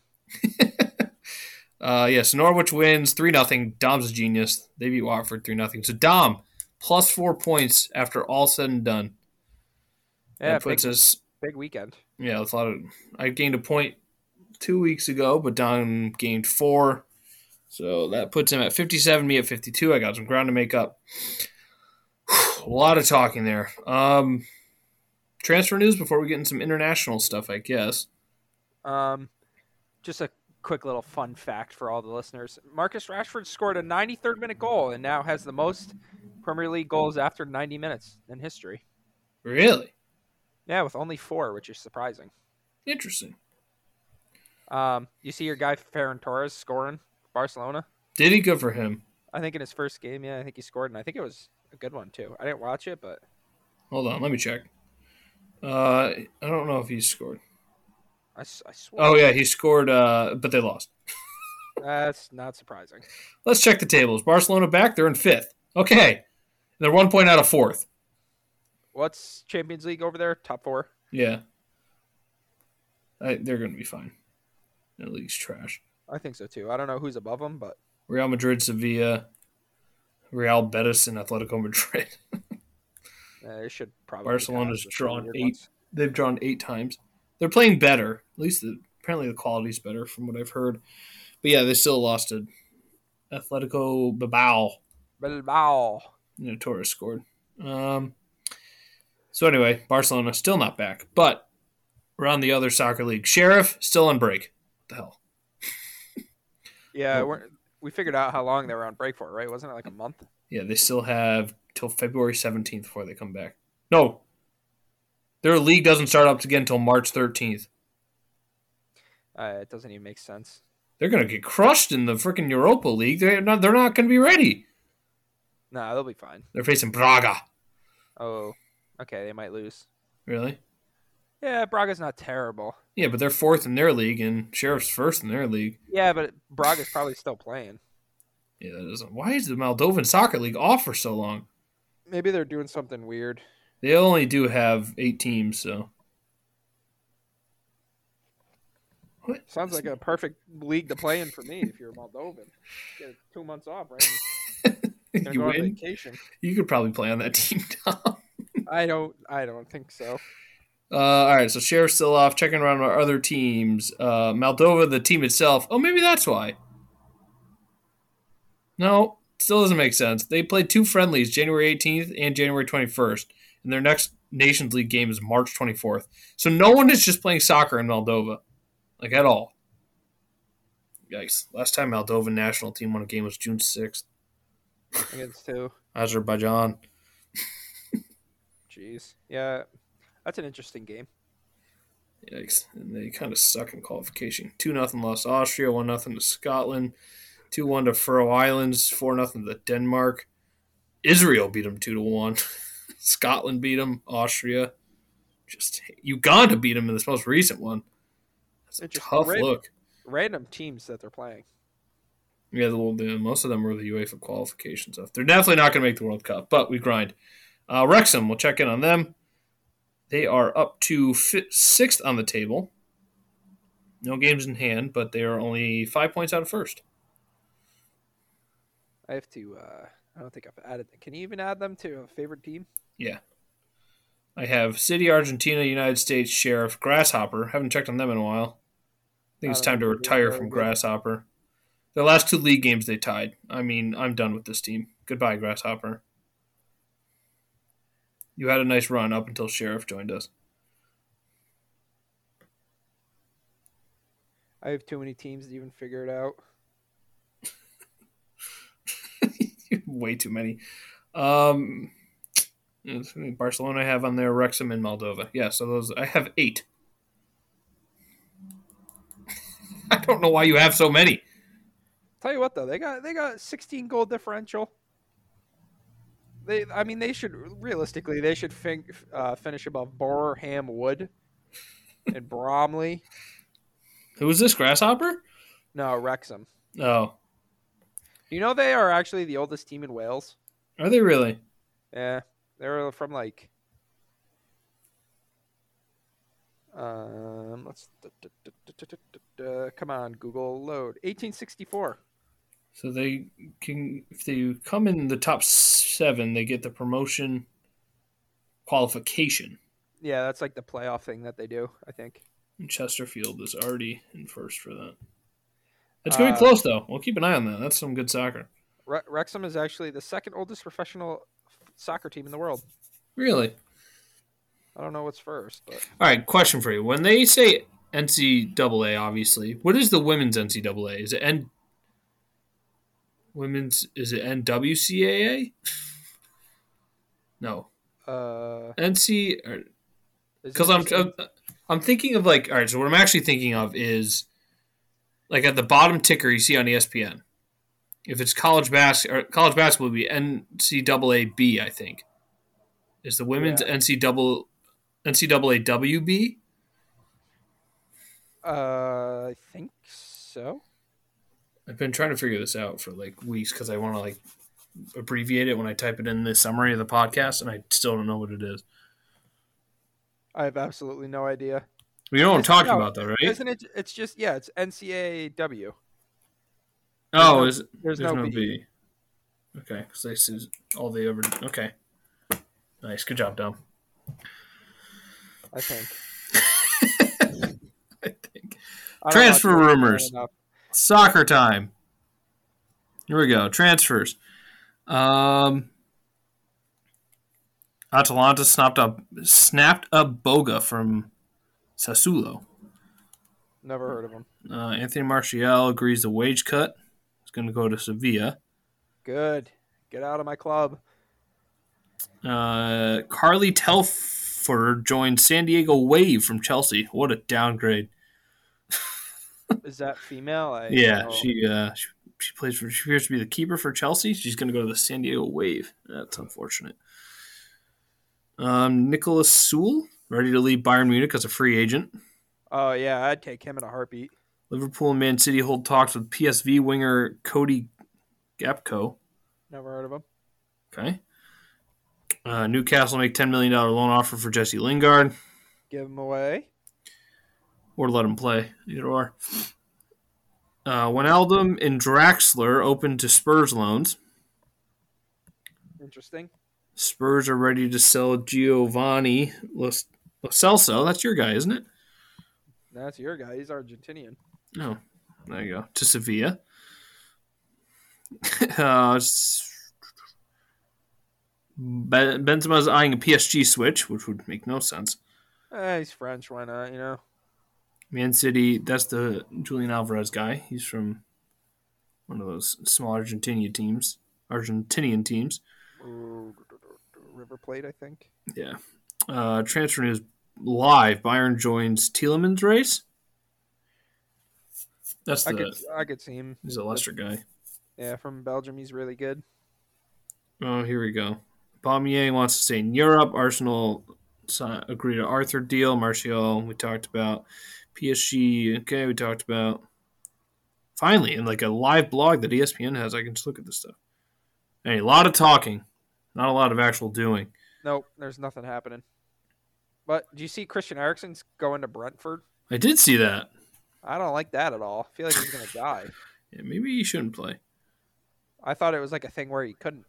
Speaker 1: Uh, yes, Norwich wins 3 0. Dom's a genius. They beat Watford 3 0. So Dom, plus four points after all said and done.
Speaker 2: Yeah,
Speaker 1: that
Speaker 2: big,
Speaker 1: puts us,
Speaker 2: big weekend.
Speaker 1: yeah, that's a lot of. I gained a point two weeks ago, but Dom gained four. So that puts him at 57, me at 52. I got some ground to make up. a lot of talking there. Um, transfer news before we get into some international stuff, I guess.
Speaker 2: Um, just a quick little fun fact for all the listeners: Marcus Rashford scored a 93rd minute goal and now has the most Premier League goals after 90 minutes in history.
Speaker 1: Really?
Speaker 2: Yeah, with only four, which is surprising.
Speaker 1: Interesting.
Speaker 2: Um, you see your guy Ferran Torres scoring for Barcelona.
Speaker 1: Did he good for him?
Speaker 2: I think in his first game, yeah, I think he scored, and I think it was a good one too. I didn't watch it, but
Speaker 1: Hold on, let me check. Uh, I don't know if he scored.
Speaker 2: I, s- I swear
Speaker 1: Oh yeah, he scored. Uh, but they lost.
Speaker 2: that's not surprising.
Speaker 1: Let's check the tables. Barcelona back. They're in fifth. Okay, they're one point out of fourth.
Speaker 2: What's Champions League over there? Top four.
Speaker 1: Yeah, I, they're going to be fine. That league's trash.
Speaker 2: I think so too. I don't know who's above them, but
Speaker 1: Real Madrid, Sevilla, Real Betis, and Atletico Madrid.
Speaker 2: uh, they should probably.
Speaker 1: Barcelona's
Speaker 2: pass with some
Speaker 1: drawn
Speaker 2: weird
Speaker 1: eight.
Speaker 2: ones.
Speaker 1: They've drawn eight times. They're playing better. At least the, apparently the quality's better from what I've heard. But yeah, they still lost to Atletico Bilbao.
Speaker 2: Bilbao.
Speaker 1: you know, Torres scored. Um, so anyway, Barcelona still not back, but we're on the other soccer league. Sheriff still on break. What the hell?
Speaker 2: Yeah,
Speaker 1: Well-
Speaker 2: we're, we figured out how long they were on break for, right? Wasn't it like a month?
Speaker 1: Yeah, they still have till February seventeenth before they come back. No, their league doesn't start up again until March thirteenth.
Speaker 2: Uh, it doesn't even make sense.
Speaker 1: They're gonna get crushed in the freaking Europa League. They're not. They're not gonna be ready.
Speaker 2: No, nah, they'll be fine.
Speaker 1: They're facing Braga.
Speaker 2: Oh, okay, they might lose.
Speaker 1: Really?
Speaker 2: Yeah, Braga's not terrible.
Speaker 1: Yeah, but they're fourth in their league, and Sheriff's first in their league.
Speaker 2: Yeah, but Braga's probably still playing.
Speaker 1: Yeah, that doesn't. Why is the Moldovan Soccer League off for so long?
Speaker 2: Maybe they're doing something weird.
Speaker 1: They only do have eight teams, so what?
Speaker 2: Sounds like a perfect league to play in for me if you're Moldovan. Get two months off, right? Gonna
Speaker 1: you
Speaker 2: go on
Speaker 1: win.
Speaker 2: vacation.
Speaker 1: You could probably play on that team, Tom. Uh,
Speaker 2: I don't. I don't think so.
Speaker 1: all right, so Sheriff's still off. Checking around our other teams. Uh, Moldova, the team itself. Oh, maybe that's why. No, still doesn't make sense. They played two friendlies, January 18th and January 21st, and their next Nations League game is March 24th. So no one is just playing soccer in Moldova, like at all. Yikes! Last time Moldova national team won a game was June 6th.
Speaker 2: Against two.
Speaker 1: Azerbaijan.
Speaker 2: Jeez. Yeah, that's an interesting game.
Speaker 1: Yikes. And they kind of suck in qualification. 2 nothing lost to Austria, 1 nothing to Scotland, 2 1 to Faroe Islands, 4 nothing to Denmark. Israel beat them 2 to 1. Scotland beat them, Austria. Just Uganda beat them in this most recent one. That's a
Speaker 2: It just
Speaker 1: tough
Speaker 2: ripped.
Speaker 1: look.
Speaker 2: Random teams that they're playing.
Speaker 1: Yeah, the, well, the, most of them were the UEFA qualification stuff. They're definitely not going to make the World Cup, but we grind. Uh, Wrexham, we'll check in on them. They are up to fi sixth on the table. No games in hand, but they are only five points out of first.
Speaker 2: I have to. Uh, I don't think I've added. Can you even add them to a favorite team?
Speaker 1: I have City, Argentina, United States, Sheriff, Grasshopper. Haven't checked on them in a while. I think it's
Speaker 2: I
Speaker 1: time
Speaker 2: don't
Speaker 1: to
Speaker 2: think Uh, they're
Speaker 1: retire
Speaker 2: very
Speaker 1: from
Speaker 2: good.
Speaker 1: Grasshopper. The last two league games they tied. I mean, I'm done with this team. Goodbye, Grasshopper. You had a nice run up until Sheriff joined us.
Speaker 2: I have too many teams to even figure it out.
Speaker 1: Way too many. Um, Barcelona I have on there, Wrexham and Moldova. Yeah, so those I have eight. I don't know why you have so many.
Speaker 2: Tell you what though, they got they got 16 goal differential. They, I mean, they should realistically they should fin- uh, finish above Boreham Wood and Bromley.
Speaker 1: Who is this grasshopper?
Speaker 2: No, Wrexham.
Speaker 1: Oh,
Speaker 2: You know they are actually the oldest team in Wales.
Speaker 1: are they really?
Speaker 2: Yeah, they're Eh, from like. Um, let's come on, Google load 1864.
Speaker 1: So they can if they come in the top seven, they get the promotion qualification.
Speaker 2: Yeah, that's like the playoff thing that they do. I think.
Speaker 1: And Chesterfield is already in first for that. That's gonna
Speaker 2: Uh,
Speaker 1: be close though. We'll keep an eye on that. That's some good soccer.
Speaker 2: Wre- Wrexham is actually the second oldest professional soccer team in the world.
Speaker 1: Really?
Speaker 2: I don't know what's first, but
Speaker 1: All right, question for you. When they say NCAA, obviously, what is the women's NCAA? Is it N? Women's is it NWCAA? No,
Speaker 2: uh,
Speaker 1: NC or
Speaker 2: is it
Speaker 1: because I'm, uh,
Speaker 2: just-
Speaker 1: I'm I'm thinking of like all right. So what I'm actually thinking of is like at the bottom ticker you see on E ESPN. If it's college bas or college basketball, would be NCAA B. I think is the women's
Speaker 2: Yeah.
Speaker 1: NCAA NCAA WB.
Speaker 2: uh, I think so.
Speaker 1: I've been trying to figure this out for like weeks because I want to like abbreviate it when I type it in the summary of the podcast, and I still don't know what it is.
Speaker 2: I have absolutely no idea.
Speaker 1: You know what I'm
Speaker 2: It's-
Speaker 1: talking
Speaker 2: no,
Speaker 1: about, though, right?
Speaker 2: Isn't it? It's just yeah. It's NCAW.
Speaker 1: Oh,
Speaker 2: no-
Speaker 1: is
Speaker 2: There's,
Speaker 1: There's
Speaker 2: no,
Speaker 1: no,
Speaker 2: B.
Speaker 1: B. Okay, because this is all they ever. Okay, nice, good job, Dom.
Speaker 2: I think.
Speaker 1: I think
Speaker 2: I don't
Speaker 1: Transfer
Speaker 2: watch it
Speaker 1: rumors.
Speaker 2: enough.
Speaker 1: soccer time. Here we go. Transfers. Um, Atalanta snapped up snapped up Boga from Sassuolo.
Speaker 2: Never heard of them.
Speaker 1: Uh, Anthony Martial agrees the wage cut. He's going to go to Sevilla.
Speaker 2: Good. Get out of my club.
Speaker 1: Uh, Carly Telford joined San Diego Wave from Chelsea. What a downgrade.
Speaker 2: Is that female? I
Speaker 1: Yeah,
Speaker 2: oh,
Speaker 1: she, uh, she she plays for she appears to be the keeper for Chelsea. She's going to go to the San Diego Wave. That's unfortunate. Um, Nicholas Sewell ready to leave Bayern Munich as a free agent.
Speaker 2: Oh yeah, I'd take him in a heartbeat.
Speaker 1: Liverpool and Man City hold talks with PSV winger Cody Gapco.
Speaker 2: Never heard of him.
Speaker 1: Okay. Uh, Newcastle make ten million dollar loan offer for Jesse Lingard,
Speaker 2: Give him away.
Speaker 1: or let him play. Either or. Uh, Wijnaldum and Draxler open to Spurs loans.
Speaker 2: Interesting.
Speaker 1: Spurs are ready to sell Giovanni Lo Lo Celso. That's your guy, isn't it?
Speaker 2: That's your guy. He's Argentinian.
Speaker 1: No. There you go. To Sevilla. uh, s- Ben- Benzema's eyeing a PSG switch, which would make no sense.
Speaker 2: Eh, he's French. Why not? You know.
Speaker 1: Man City, that's the Julian Alvarez guy. He's from one of those small Argentina teams. Argentinian teams.
Speaker 2: Ooh, River Plate, I think.
Speaker 1: Yeah. Uh, transfer news live. Byron joins Telemann's race. That's
Speaker 2: I
Speaker 1: the
Speaker 2: could I could see him.
Speaker 1: he's a Leicester guy.
Speaker 2: Yeah, from Belgium, he's really good.
Speaker 1: Oh, here we go. Baumier wants to stay in Europe. Arsenal si- agree to Arthur deal. Martial, we talked about. PSG, okay, we talked about. Finally, in like a live blog that E ESPN has, I can just look at this stuff. Hey, a lot of talking, not a lot of actual doing.
Speaker 2: Nope, there's nothing happening. But do you see Christian Eriksen's going to Brentford?
Speaker 1: I did see that.
Speaker 2: I don't like that at all. I feel like he's gonna die.
Speaker 1: Yeah, maybe he shouldn't play.
Speaker 2: I thought it was like a thing where he couldn't.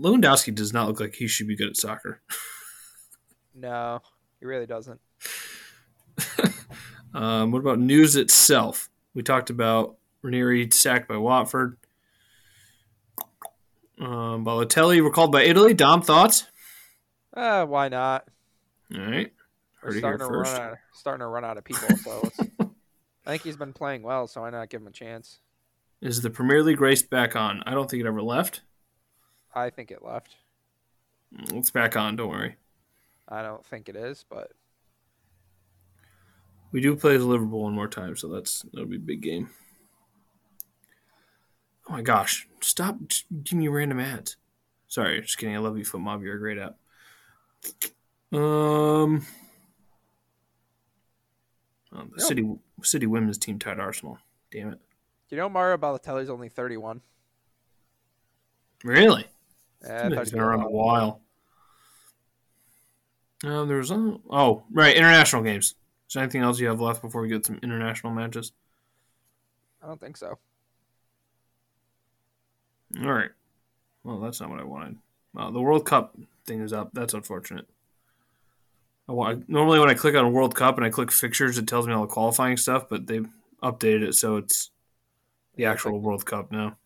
Speaker 1: Lewandowski does not look like he should be good at soccer.
Speaker 2: No, he really doesn't.
Speaker 1: Um, what about news itself? We talked about Ranieri sacked by Watford. Um, Balotelli recalled by Italy. Dom thoughts?
Speaker 2: Uh, why Eh, not?
Speaker 1: All right.
Speaker 2: We're
Speaker 1: Heard it
Speaker 2: starting to
Speaker 1: here
Speaker 2: run
Speaker 1: first.
Speaker 2: out, starting to run out of people. So it's- I think he's been playing well. So why not give him a chance?
Speaker 1: Is the Premier League race back on? I don't think it ever left.
Speaker 2: I think it left.
Speaker 1: Mm, It's back on. Don't worry.
Speaker 2: I don't think it is, but
Speaker 1: We do play Liverpool one more time, so that's that'll be a big game. Oh my gosh! Stop! Just give me random ads. Sorry, just kidding. I love you, Foot Mob. You're a great app. Um, oh, the
Speaker 2: No.
Speaker 1: city city women's team tied Arsenal. Damn it!
Speaker 2: you know Mario Balotelli's only 31.
Speaker 1: Really?
Speaker 2: Yeah, I thought
Speaker 1: It's
Speaker 2: he'd
Speaker 1: been
Speaker 2: be
Speaker 1: around
Speaker 2: a
Speaker 1: a
Speaker 2: lot-
Speaker 1: while. Um, there was other- oh right international games. Is there anything else you have left before we get some international matches?
Speaker 2: I don't think so.
Speaker 1: All right. Well, that's not what I wanted. Uh, the World Cup thing is up. That's unfortunate. I want, normally, when I click on World Cup and I click fixtures, it tells me all the qualifying stuff, but they updated it so it's the
Speaker 2: Yeah,
Speaker 1: actual World Cup now.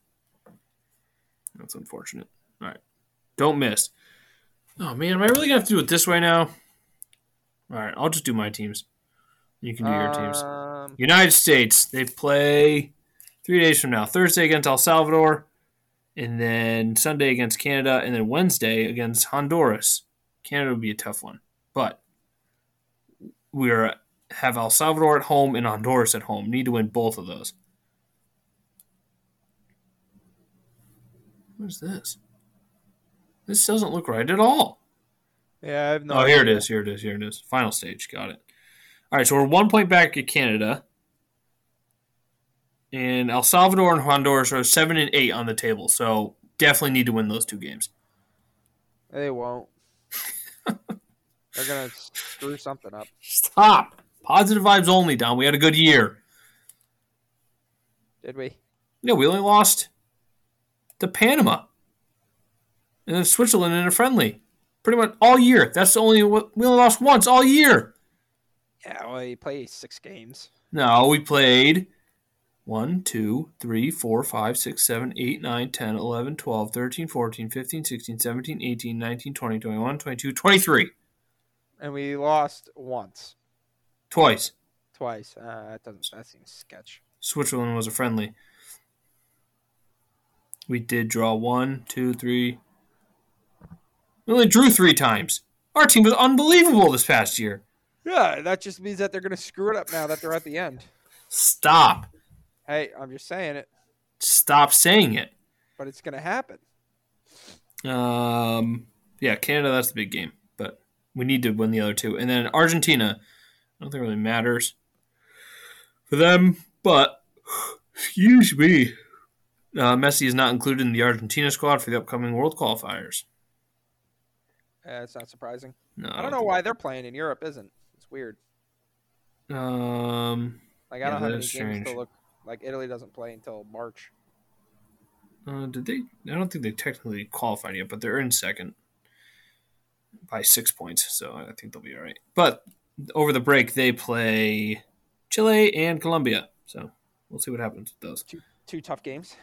Speaker 1: That's unfortunate. All right. Don't miss. Oh, man. Am I really going to have to do it this way now? All right. I'll just do my teams. You can do your teams.
Speaker 2: Um,
Speaker 1: United States, they play three days from now Thursday against El Salvador, and then Sunday against Canada, and then Wednesday against Honduras. Canada would be a tough one, but we are have El Salvador at home and Honduras at home. Need to win both of those. What is this? This doesn't look right at all
Speaker 2: yeah, I have no.
Speaker 1: oh, here it is. Here it is. Here it is. Final stage. Got it. All right. So we're one point back at Canada. And El Salvador and Honduras are seven and eight on the table. So definitely need to win those two games.
Speaker 2: They won't. They're gonna screw something up.
Speaker 1: Stop. Positive vibes only, Don. We had a good year.
Speaker 2: Did we?
Speaker 1: No, we only lost to Panama and then Switzerland in a friendly. Pretty much all year. That's the only we only lost once all year.
Speaker 2: Yeah, well, you play six games.
Speaker 1: No, we played 1, 2, 3, 4, 5, 6, 7, 8, 9, 10, 11, 12, 13, 14, 15, 16, 17, 18, 19, 20, 21, 22, 23.
Speaker 2: and we lost once,
Speaker 1: Twice.
Speaker 2: twice. Uh, that doesn't. That seems sketch.
Speaker 1: Switzerland was a friendly. We did draw one, two, three. We only drew three times. Our team was unbelievable this past year.
Speaker 2: Yeah, that just means that they're gonna screw it up now that they're at the end.
Speaker 1: Stop.
Speaker 2: Hey, I'm just saying it,
Speaker 1: Stop saying it.
Speaker 2: but it's gonna happen.
Speaker 1: Um, yeah, Canada, that's the big game, but we need to win the other two. And then Argentina, I don't think it really matters for them, but excuse me. Uh, Messi is not included in the Argentina squad for the upcoming World qualifiers.
Speaker 2: Uh, it's not surprising.
Speaker 1: No,
Speaker 2: I don't know why they're playing in Europe. Isn't it's weird?
Speaker 1: Um,
Speaker 2: Like I
Speaker 1: Yeah,
Speaker 2: don't have
Speaker 1: that
Speaker 2: any
Speaker 1: is
Speaker 2: games to
Speaker 1: strange.
Speaker 2: look. Like Italy doesn't play until March.
Speaker 1: uh, did they? I don't think they technically qualified yet, but they're in second by six points, so I think they'll be all right. But over the break, they play Chile and Colombia, so we'll see what happens with those.
Speaker 2: Two tough games.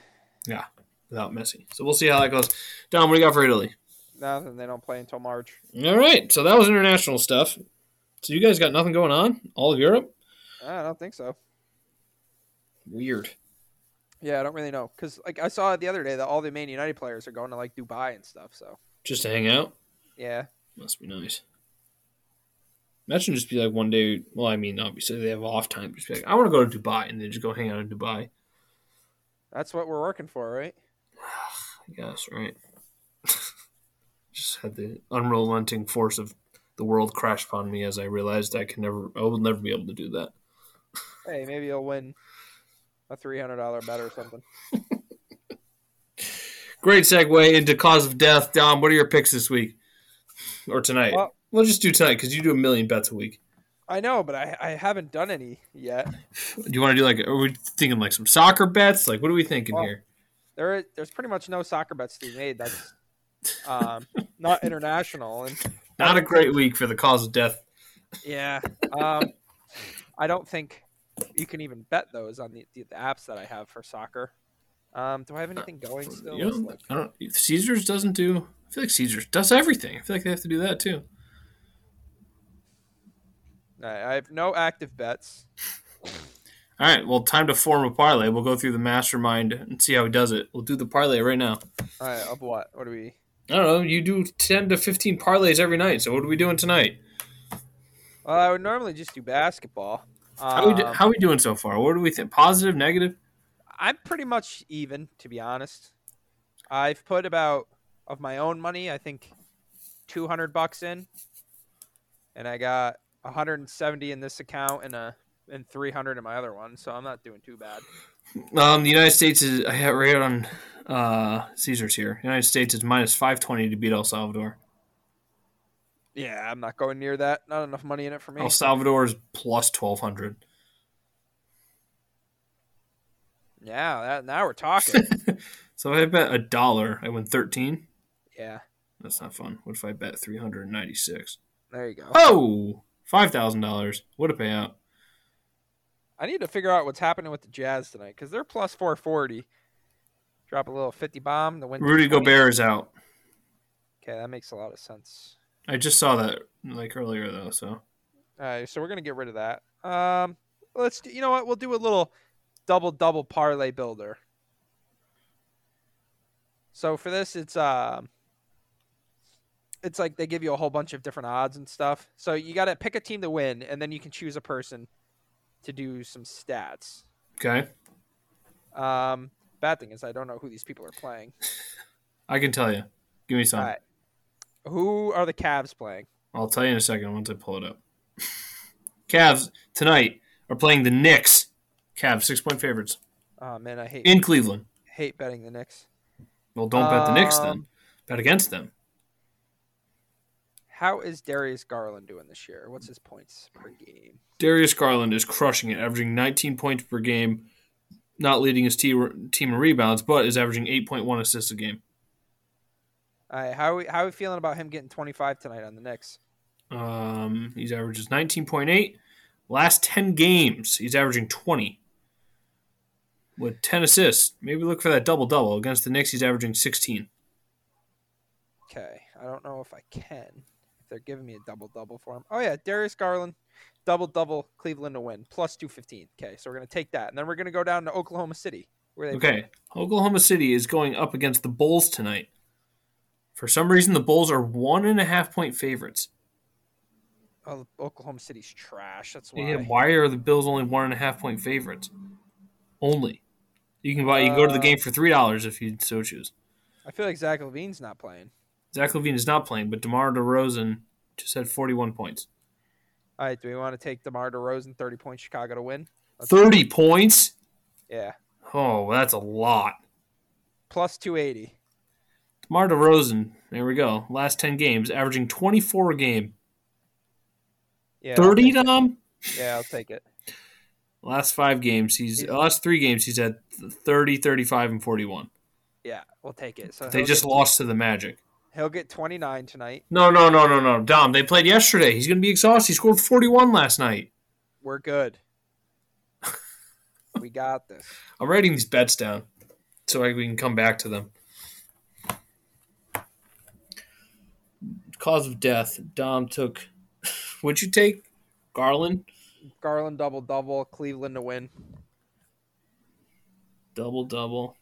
Speaker 1: without Messi. So we'll see how that goes. Don, what do you got for Italy?
Speaker 2: Nothing. They don't play until March.
Speaker 1: All right. So that was international stuff. So you guys got nothing going on? All of Europe?
Speaker 2: I don't think so.
Speaker 1: Weird.
Speaker 2: Yeah, I don't really know because like I saw the other day that all the Man United players are going to like Dubai and stuff. So
Speaker 1: Just to hang out?
Speaker 2: yeah,
Speaker 1: Must be nice. That should just be like one day. Well, I mean, obviously they have off time. Just be like, I want to go to Dubai and then just go hang out in Dubai.
Speaker 2: that's what we're working for, right?
Speaker 1: I guess, right? just had the unrelenting force of the world crash upon me as I realized I could never, I will never be able to do that.
Speaker 2: Hey, maybe you'll win a three hundred dollar bet or something.
Speaker 1: Great segue into cause of death. Dom, what are your picks this week or tonight?
Speaker 2: Well-
Speaker 1: we'll just do tonight because you do a million bets a week.
Speaker 2: I know, but I, I haven't done any yet.
Speaker 1: Do you want to do like? Are we thinking like some soccer bets? Like, what are we thinking
Speaker 2: Well-
Speaker 1: here?
Speaker 2: There there's pretty much no soccer bets to be made. That's um, not international, and
Speaker 1: Not a great week for the cause of death.
Speaker 2: yeah, um, I don't think you can even bet those on the, the, apps that I have for soccer. Um, do I have anything going still?
Speaker 1: You know, I don't. Caesars doesn't do. I feel like Caesars does everything. I feel like they have to do that too.
Speaker 2: I I have no active bets.
Speaker 1: All right, well, time to form a parlay. We'll go through the mastermind and see how he does it. We'll do the parlay right now.
Speaker 2: All right, uh, of what? What do we?
Speaker 1: I don't know. You do 10 to 15 parlays every night. So what are we doing tonight?
Speaker 2: Well, I would normally just do basketball. Um,
Speaker 1: How are we, do- how we doing so far? What do we think? Positive, negative?
Speaker 2: I'm pretty much even, to be honest. I've put about of my own money, I think, 200 bucks in, and I got 170 in this account and a and 300 in my other one, so I'm not doing too bad.
Speaker 1: Um, the United States is, I have right on uh, Caesars here. United States is minus 520 to beat El Salvador.
Speaker 2: Yeah, I'm not going near that. Not enough money in it for me.
Speaker 1: El Salvador is plus 1200.
Speaker 2: Yeah, that, now we're talking.
Speaker 1: So if I bet a dollar, I win 13.
Speaker 2: yeah,
Speaker 1: That's not fun. What if I bet 396?
Speaker 2: there you go.
Speaker 1: Oh, $5,000. What a payout.
Speaker 2: I need to figure out what's happening with the Jazz tonight because they're plus 440. Drop a little 50 bomb to win.
Speaker 1: Rudy
Speaker 2: 220.
Speaker 1: Gobert is out.
Speaker 2: Okay, that makes a lot of sense.
Speaker 1: I just saw that like earlier though, so
Speaker 2: All right, so we're gonna get rid of that. Um, let's do, you know what? We'll do a little double double parlay builder. So for this, it's um, it's like they give you a whole bunch of different odds and stuff. So you gotta pick a team to win, and then you can choose a person to do some stats.
Speaker 1: okay.
Speaker 2: Um, bad thing is I don't know who these people are playing.
Speaker 1: I can tell you. Give me some.
Speaker 2: All right. Who are the Cavs playing?
Speaker 1: I'll tell you in a second once I pull it up. Cavs tonight are playing the Knicks. Cavs six point favorites
Speaker 2: Oh man, I hate
Speaker 1: in Cleveland.
Speaker 2: hate betting the Knicks.
Speaker 1: Well, don't bet the Knicks then.
Speaker 2: Um,
Speaker 1: Bet against them.
Speaker 2: How is Darius Garland doing this year? What's his points per game?
Speaker 1: Darius Garland is crushing it, averaging 19 points per game, not leading his te- team in rebounds, but is averaging 8.1 assists a game.
Speaker 2: All right, how are we, how are we feeling about him getting 25 tonight on the Knicks?
Speaker 1: Um, he's averages 19.8. Last 10 games, he's averaging 20 with 10 assists. Maybe look for that double double. Against the Knicks, he's averaging 16.
Speaker 2: Okay, I don't know if I can. If they're giving me a double double for him. Oh yeah, Darius Garland, double double, Cleveland to win plus 215. Okay, so we're gonna take that, and then we're gonna go down to Oklahoma City where they
Speaker 1: Okay. Oklahoma City is going up against the Bulls tonight. For some reason, the Bulls are one and a half point favorites.
Speaker 2: oh, Oklahoma City's trash. That's why.
Speaker 1: Yeah, why are the Bills only one and a half point favorites? Only. You can buy. You can go to the
Speaker 2: Uh,
Speaker 1: game for three dollars if you so choose.
Speaker 2: I feel like Zach Levine's not playing.
Speaker 1: Zach Levine is not playing, but Demar Derozan just had forty-one points.
Speaker 2: All right, do we want to take DeMar DeRozan 30 points Chicago to win? Let's-
Speaker 1: Thirty points.
Speaker 2: Yeah,
Speaker 1: Oh, that's a lot.
Speaker 2: plus 280.
Speaker 1: DeMar DeRozan. There we go. Last ten games, averaging twenty-four a game.
Speaker 2: Yeah, I'll
Speaker 1: Thirty,
Speaker 2: take-
Speaker 1: Dom.
Speaker 2: Yeah, I'll take it.
Speaker 1: Last five games, he's last three games, he's at 30, 35, and forty-one.
Speaker 2: Yeah, we'll take it. So
Speaker 1: They
Speaker 2: he'll
Speaker 1: just
Speaker 2: get-
Speaker 1: lost to the Magic.
Speaker 2: he'll get 29 tonight.
Speaker 1: No, no, no, no, no, Dom. They played yesterday. He's gonna be exhausted. He scored forty-one last night.
Speaker 2: We're good. we got this.
Speaker 1: I'm writing these bets down so I, we can come back to them. Cause of death. Dom took. Would you take Garland?
Speaker 2: Garland double double, Cleveland to win.
Speaker 1: Double double.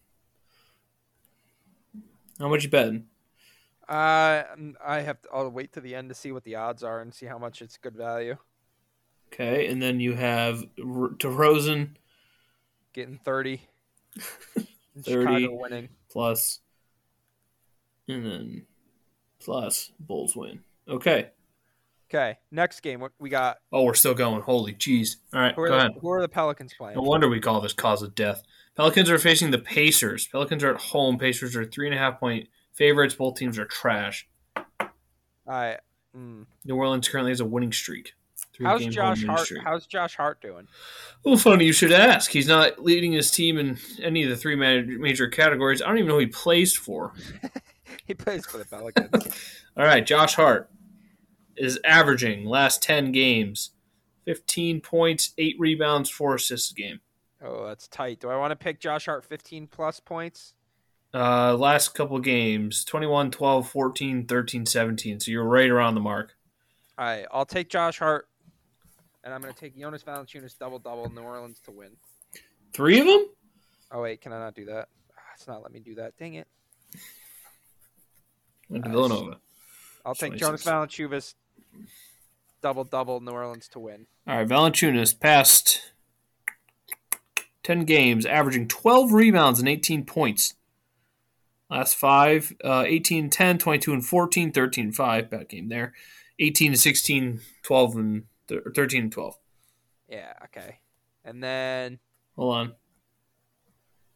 Speaker 1: How much you betting?
Speaker 2: Uh, I have to. I'll wait to the end to see what the odds are and see how much it's good value.
Speaker 1: Okay, and then you have R- DeRozan
Speaker 2: Getting 30. And
Speaker 1: 30.
Speaker 2: Chicago winning.
Speaker 1: plus, and then plus Bulls win. Okay.
Speaker 2: Okay, next game. What we got?
Speaker 1: Oh, we're still going. Holy jeez! All right,
Speaker 2: Who
Speaker 1: go
Speaker 2: are,
Speaker 1: ahead.
Speaker 2: the, who are the Pelicans playing?
Speaker 1: No wonder we call this cause of death. Pelicans are facing the Pacers. Pelicans are at home. Pacers are three and a half point favorites. Both teams are trash.
Speaker 2: All right. Mm.
Speaker 1: New Orleans currently has a winning streak. Three
Speaker 2: How's
Speaker 1: game
Speaker 2: Josh
Speaker 1: home winning
Speaker 2: Hart?
Speaker 1: streak.
Speaker 2: How's Josh Hart doing?
Speaker 1: well, funny you should ask. He's not leading his team in any of the three ma- major categories. I don't even know who he plays for.
Speaker 2: He plays for the Pelicans.
Speaker 1: All right, Josh Hart is averaging last ten games, fifteen points, eight rebounds, four assists a game.
Speaker 2: oh, that's tight. Do I want to pick Josh Hart 15 plus points?
Speaker 1: Uh, last couple games 21, 12, 14, 13, 17. So you're right around the mark.
Speaker 2: All right, I'll take Josh Hart and I'm going to take Jonas Valanciunas double double New Orleans to win.
Speaker 1: Three of them?
Speaker 2: Oh wait, can I not do that? Ah, It's not let me do that. Dang it!
Speaker 1: Went to
Speaker 2: Nice.
Speaker 1: Villanova.
Speaker 2: I'll take Jonas
Speaker 1: 26.
Speaker 2: Valanciunas double double New Orleans to win.
Speaker 1: All right, Valanciunas passed ten games, averaging twelve rebounds and eighteen points. Last five, uh, 18, 10, 22, and 14, 13, 5. Bad game there. 18 to 16, 12, and th- 13 and 12.
Speaker 2: Yeah. Okay. And then
Speaker 1: Hold on.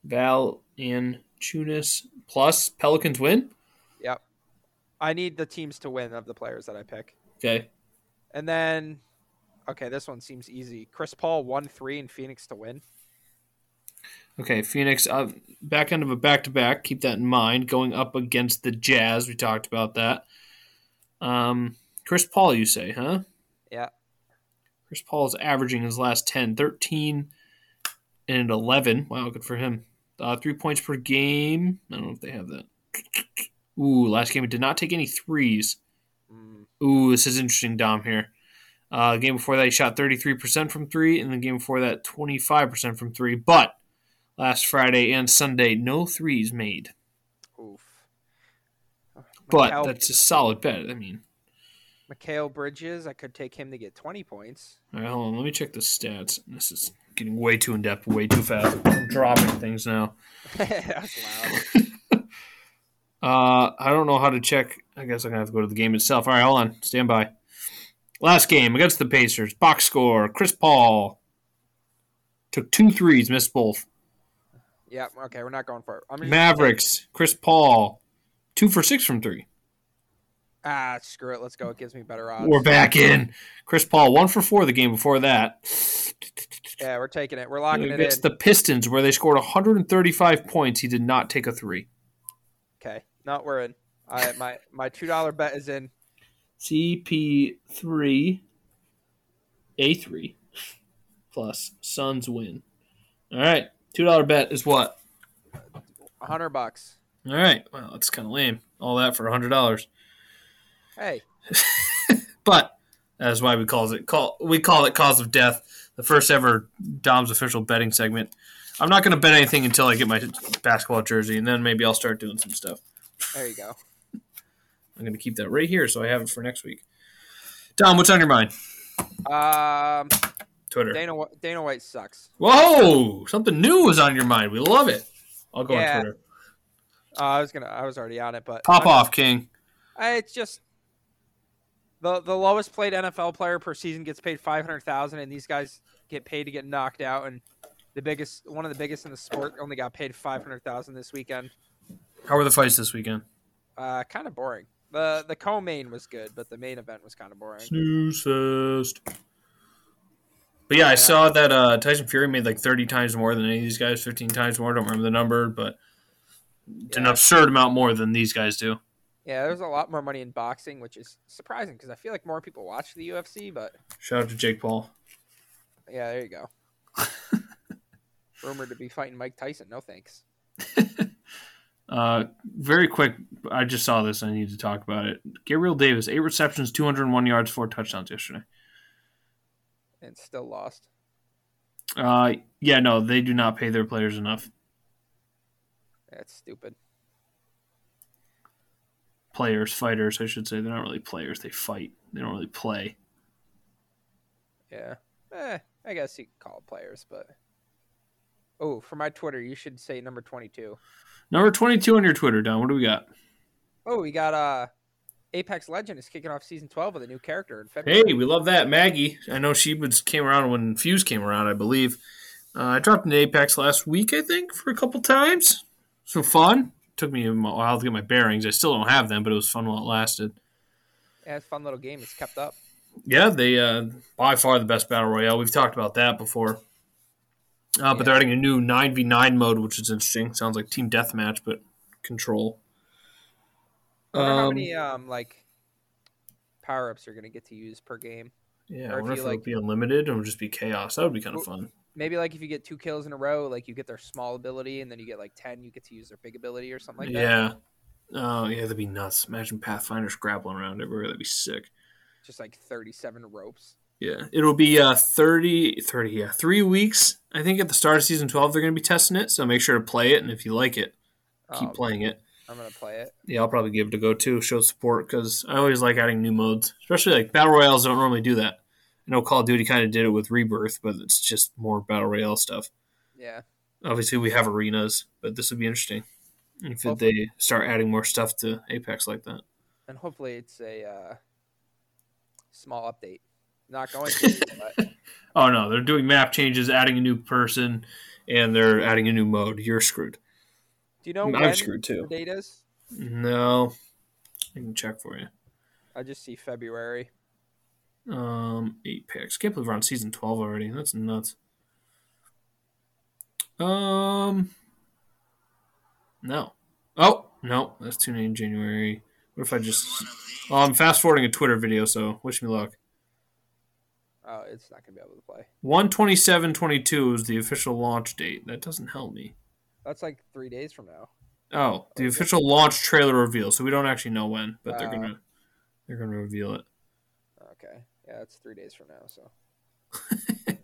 Speaker 1: Val and Tunis plus Pelicans win.
Speaker 2: yep, I need the teams to win of the players that I pick.
Speaker 1: Okay.
Speaker 2: And then, okay, this one seems easy. Chris Paul one three in Phoenix to win.
Speaker 1: Okay. Phoenix, uh, back end of a back to back. Keep that in mind. Going up against the Jazz. We talked about that. Um, Chris Paul, you say, huh?
Speaker 2: Yeah.
Speaker 1: Chris Paul is averaging his last 10, 13 and 11. Wow, good for him. Uh, three points per game. I don't know if they have that. Ooh, last game he did not take any threes.
Speaker 2: Mm,
Speaker 1: Ooh, this is interesting, Dom. Here, uh, the game before that, he shot thirty three percent from three, and the game before that, twenty five percent from three. But last Friday and Sunday, no threes made.
Speaker 2: oof.
Speaker 1: But
Speaker 2: Mikal-
Speaker 1: that's a solid bet. I mean,
Speaker 2: Mikal Bridges, I could take him to get twenty points.
Speaker 1: all right, hold on, let me check the stats. This is getting way too in depth, way too fast. I'm dropping things now.
Speaker 2: That's loud.
Speaker 1: Uh, I don't know how to check. I guess I'm gonna have to go to the game itself. All right, hold on, stand by. Last game against the Pacers, box score: Chris Paul took two threes, missed both.
Speaker 2: Yeah. Okay, we're not going for it. I'm just gonna take-
Speaker 1: Mavericks, Chris Paul, two for six from three.
Speaker 2: Ah, screw it. Let's go. It gives me better odds.
Speaker 1: We're back in. Chris Paul, one for four the game before that.
Speaker 2: Yeah, we're taking it. We're locking it in.
Speaker 1: Against the Pistons, where they scored 135 points, he did not take a three.
Speaker 2: Okay, not we're in. I my my two dollar bet is in.
Speaker 1: CP3, A3, plus Suns win. All right. $2 bet is what?
Speaker 2: A hundred bucks.
Speaker 1: All right. Well, that's kind of lame. All that for $100.
Speaker 2: Hey,
Speaker 1: But that is why we calls it call we call it cause of death, the first ever Dom's official betting segment. I'm not going to bet anything until I get my basketball jersey, and then maybe I'll start doing some stuff.
Speaker 2: there you go.
Speaker 1: I'm going to keep that right here so I have it for next week. Dom, what's on your mind?
Speaker 2: Um,
Speaker 1: Twitter.
Speaker 2: Dana Wh- Dana White sucks.
Speaker 1: Whoa, something new was on your mind. We love it. I'll go
Speaker 2: Yeah.
Speaker 1: on Twitter.
Speaker 2: Uh, I was gonna. I was already on it, but
Speaker 1: Pop
Speaker 2: I'm-
Speaker 1: off, King.
Speaker 2: I, it's just the the lowest played NFL player per season gets paid five hundred thousand, and these guys get paid to get knocked out. And the biggest, one of the biggest in the sport, only got paid five hundred thousand this weekend.
Speaker 1: How were the fights this weekend?
Speaker 2: Uh, kind of boring. the The co-main was good, but the main event was kind of boring.
Speaker 1: Snooze fest. But yeah, I saw that uh, Tyson Fury made like 30 times more than any of these guys, 15 times more. I don't remember the number, but it's an
Speaker 2: Yeah.
Speaker 1: absurd amount more than these guys do.
Speaker 2: Yeah, there's a lot more money in boxing, which is surprising because I feel like more people watch the UFC. But
Speaker 1: Shout out to Jake Paul.
Speaker 2: yeah, there you go. Rumored to be fighting Mike Tyson. No thanks.
Speaker 1: Uh, very quick, I just saw this. I need to talk about it. Gabriel Davis, eight receptions, 201 yards, four touchdowns yesterday.
Speaker 2: And still lost.
Speaker 1: Uh, yeah, no, they do not pay their players enough.
Speaker 2: That's stupid.
Speaker 1: Players, fighters, I should say. They're not really players. They fight. They don't really play.
Speaker 2: Yeah. Eh, I guess you could call it players, but oh, for my Twitter, you should say number twenty-two.
Speaker 1: Number 22 on your Twitter, Don. What do we got?
Speaker 2: Oh, we got uh, Apex Legend is kicking off season twelve with a new character in February.
Speaker 1: Hey, we love that Maggie. I know she was came around when Fuse came around, I believe. Uh, I dropped an Apex last week, I think, for a couple times. So fun. Took me a while to get my bearings. I still don't have them, but it was fun while it lasted.
Speaker 2: Yeah, it's a fun little game. It's kept up.
Speaker 1: Yeah, they uh, by far the best battle royale. We've talked about that before. Uh, but
Speaker 2: Yeah.
Speaker 1: they're adding a new nine v nine mode, which is interesting. Sounds like team deathmatch, but control.
Speaker 2: I wonder how
Speaker 1: Um,
Speaker 2: many um like power-ups you're gonna get to use per game.
Speaker 1: yeah, I
Speaker 2: or if
Speaker 1: wonder if
Speaker 2: you
Speaker 1: it would
Speaker 2: like-
Speaker 1: be unlimited and it would just be chaos. That would be kind of
Speaker 2: Well,
Speaker 1: fun.
Speaker 2: maybe like if you get two kills in a row, like you get their small ability, and then you get like ten, you get to use their big ability or something like that.
Speaker 1: yeah. Oh, yeah, that'd be nuts. Imagine Pathfinders grappling around everywhere. That'd be sick.
Speaker 2: Just like thirty-seven ropes.
Speaker 1: Yeah, it'll be uh, 30, 30, yeah, three weeks. I think at the start of season 12, they're going to be testing it. So make sure to play it. And if you like it, keep
Speaker 2: Um,
Speaker 1: playing it.
Speaker 2: I'm gonna play it.
Speaker 1: Yeah, I'll probably give it a go too, show support, because I always like adding new modes, especially like Battle Royales don't normally do that. I know Call of Duty kind of did it with Rebirth, but it's just more Battle Royale stuff.
Speaker 2: Yeah,
Speaker 1: Obviously, we have arenas, but this would be interesting if
Speaker 2: Hopefully.
Speaker 1: they start adding more stuff to Apex like that.
Speaker 2: and hopefully it's a uh, small update. Not going to, but
Speaker 1: Oh no, they're doing map changes, adding a new person, and they're adding a new mode. You're screwed.
Speaker 2: do you know when
Speaker 1: I'm screwed
Speaker 2: the
Speaker 1: too.
Speaker 2: date is?
Speaker 1: No, I can check for you.
Speaker 2: I just see February.
Speaker 1: Um, eight picks. Can't believe we're on season twelve already. That's nuts. Um, no. Oh no, that's too late in January. What if I just? Oh, I'm fast forwarding a Twitter video, so wish me luck.
Speaker 2: Oh, it's not gonna be able to play.
Speaker 1: One twenty seven twenty two is the official launch date. That doesn't help me.
Speaker 2: That's like three days from now.
Speaker 1: Oh, the
Speaker 2: Okay.
Speaker 1: official launch trailer reveal. So we don't actually know when, but they're
Speaker 2: Uh.
Speaker 1: gonna they're gonna reveal it.
Speaker 2: Okay, yeah, it's three days from now. So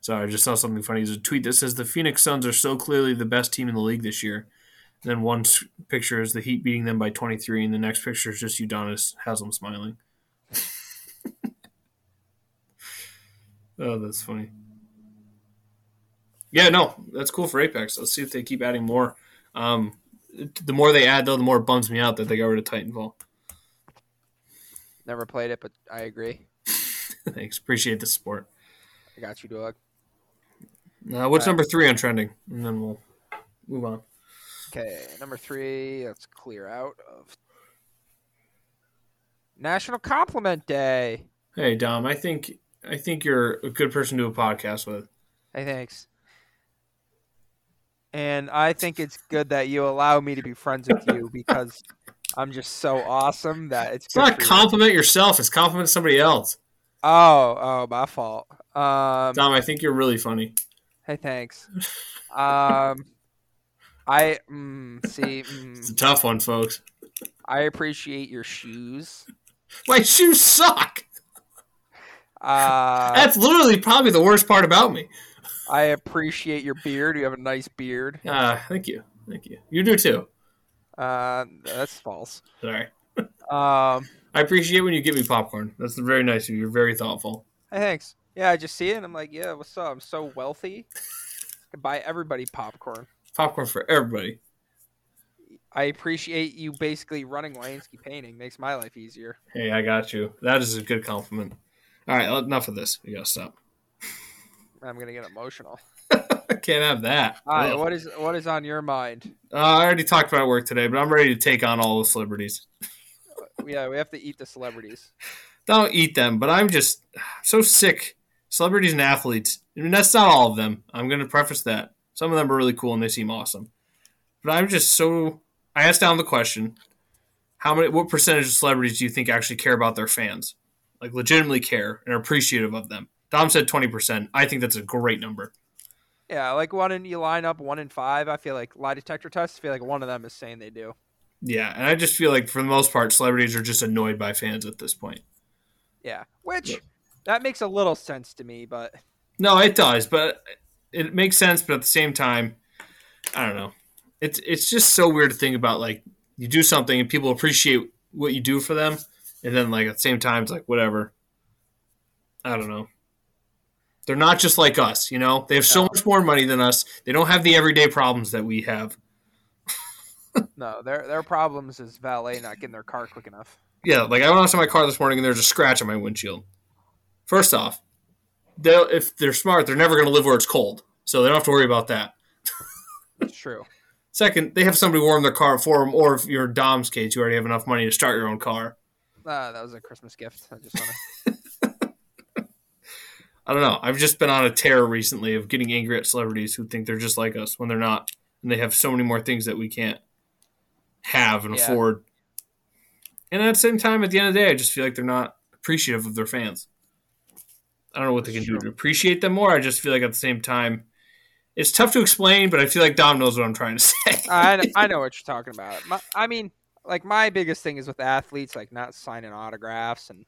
Speaker 1: Sorry, I just saw something funny. There's a tweet that says the Phoenix Suns are so clearly the best team in the league this year. And then one s- picture is the Heat beating them by 23, and the next picture is just Udonis Haslam smiling. oh, that's funny. Yeah, no, that's cool for Apex. Let's see if they keep adding more. Um, it- the more they add, though, the more it bums me out that they got rid of Titanfall.
Speaker 2: never played it, but I agree.
Speaker 1: Thanks, appreciate the support.
Speaker 2: I got you, dog.
Speaker 1: Uh, what's
Speaker 2: Uh,
Speaker 1: number three on trending? And then we'll move on.
Speaker 2: Okay, number three. Let's clear out of National Compliment Day.
Speaker 1: Hey Dom, I think I think you're a good person to do a podcast with.
Speaker 2: Hey, thanks. And I think it's good that you allow me to be friends with you because I'm just so awesome that it's
Speaker 1: It's not
Speaker 2: good for you.
Speaker 1: compliment yourself; it's compliment somebody else.
Speaker 2: Oh, oh, my fault. Um,
Speaker 1: Dom, I think you're really funny.
Speaker 2: hey, thanks. Um, I mm, see.
Speaker 1: It's
Speaker 2: Mm,
Speaker 1: a tough one, folks.
Speaker 2: I appreciate your shoes.
Speaker 1: My shoes suck.
Speaker 2: Uh,
Speaker 1: That's literally probably the worst part about me.
Speaker 2: I appreciate your beard. You have a nice beard.
Speaker 1: Uh, thank you, thank you. You do too.
Speaker 2: Uh, that's false.
Speaker 1: Sorry.
Speaker 2: Um,
Speaker 1: I appreciate when you give me popcorn. That's very nice of you. You're very thoughtful.
Speaker 2: hey, thanks. Yeah, I just see it and I'm like, yeah, what's up? I'm so wealthy. I can buy everybody popcorn.
Speaker 1: Popcorn for everybody.
Speaker 2: I appreciate you basically running Lansky painting. Makes my life easier.
Speaker 1: Hey, I got you. That is a good compliment. All right, enough of this. We gotta stop.
Speaker 2: I'm gonna get emotional.
Speaker 1: I can't have that.
Speaker 2: All right,
Speaker 1: Ugh.
Speaker 2: what is what is on your mind?
Speaker 1: Uh, I already talked about work today, but I'm ready to take on all the celebrities.
Speaker 2: Yeah, we have to eat the celebrities.
Speaker 1: don't eat them, but I'm just so sick. Celebrities and athletes. I mean, that's not all of them. I'm going to preface that. Some of them are really cool and they seem awesome. But I'm just so. I asked down the question how many, what percentage of celebrities do you think actually care about their fans? Like, legitimately care and are appreciative of them? Dom said 20%. I think that's a great number.
Speaker 2: Yeah, like one in you line up one in five. I feel like lie detector tests. I feel like one of them is saying they do.
Speaker 1: Yeah. And I just feel like, for the most part, celebrities are just annoyed by fans at this point.
Speaker 2: Yeah, which
Speaker 1: Yep.
Speaker 2: that makes a little sense to me, but
Speaker 1: No, it does, but it makes sense. But at the same time, I don't know. It's it's just so weird to think about. Like you do something and people appreciate what you do for them, and then like at the same time, it's like whatever. I don't know. They're not just like us, you know. They have so
Speaker 2: No.
Speaker 1: much more money than us. They don't have the everyday problems that we have.
Speaker 2: no, their their problems is valet not getting their car quick enough.
Speaker 1: Yeah, like I went out to my car this morning and there's a scratch on my windshield. First off, they'll if they're smart, they're never going to live where it's cold, so they don't have to worry about that.
Speaker 2: It's true.
Speaker 1: Second, they have somebody warm their car for them, or if you're in Dom's case, you already have enough money to start your own car.
Speaker 2: Ah, that was a Christmas gift. I just wanna...
Speaker 1: I don't know. I've just been on a tear recently of getting angry at celebrities who think they're just like us when they're not, and they have so many more things that we can't have and
Speaker 2: Yeah.
Speaker 1: afford. And at the same time, at the end of the day, I just feel like they're not appreciative of their fans. I don't know what they can
Speaker 2: That's
Speaker 1: do to
Speaker 2: true.
Speaker 1: appreciate them more. I just feel like at the same time, it's tough to explain, but I feel like Dom knows what I'm trying to say.
Speaker 2: I kn- I know what you're talking about. My, I mean, like my biggest thing is with athletes, like not signing autographs and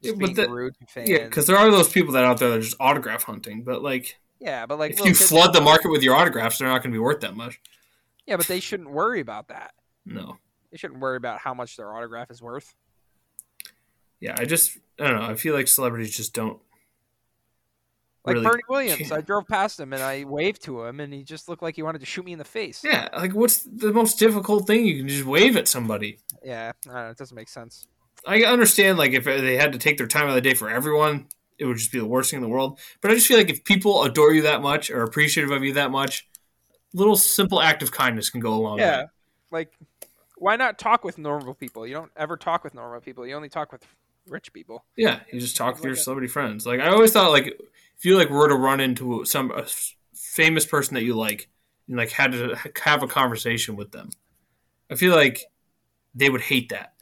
Speaker 1: Yeah,
Speaker 2: just
Speaker 1: but
Speaker 2: being
Speaker 1: that-
Speaker 2: rude to fans.
Speaker 1: Yeah, because there are those people that out there that are just autograph hunting, but like
Speaker 2: Yeah, but like
Speaker 1: if
Speaker 2: little
Speaker 1: you
Speaker 2: kids-
Speaker 1: flood the market with your autographs, they're not going to be worth that much.
Speaker 2: yeah, but they shouldn't worry about that.
Speaker 1: No.
Speaker 2: They shouldn't worry about how much their autograph is worth.
Speaker 1: Yeah, I just I don't know. I feel like celebrities just don't.
Speaker 2: Like
Speaker 1: Really
Speaker 2: Bernie Williams,
Speaker 1: can't.
Speaker 2: I drove past him and I waved to him, and he just looked like he wanted to shoot me in the face.
Speaker 1: Yeah, like what's the most difficult thing you can just wave at somebody?
Speaker 2: Yeah, I don't know, it doesn't make sense.
Speaker 1: I understand like if they had to take their time out of the day for everyone, it would just be the worst thing in the world. But I just feel like if people adore you that much or appreciative of you that much, little simple act of kindness can go a long
Speaker 2: yeah,
Speaker 1: way.
Speaker 2: like why not talk with normal people? You don't ever talk with normal people. You only talk with rich people.
Speaker 1: Yeah, you just talk with your
Speaker 2: Like a-
Speaker 1: celebrity friends. Like I always thought, like if you like were to run into some a f- famous person that you like and like had to have a conversation with them, I feel like they would hate that,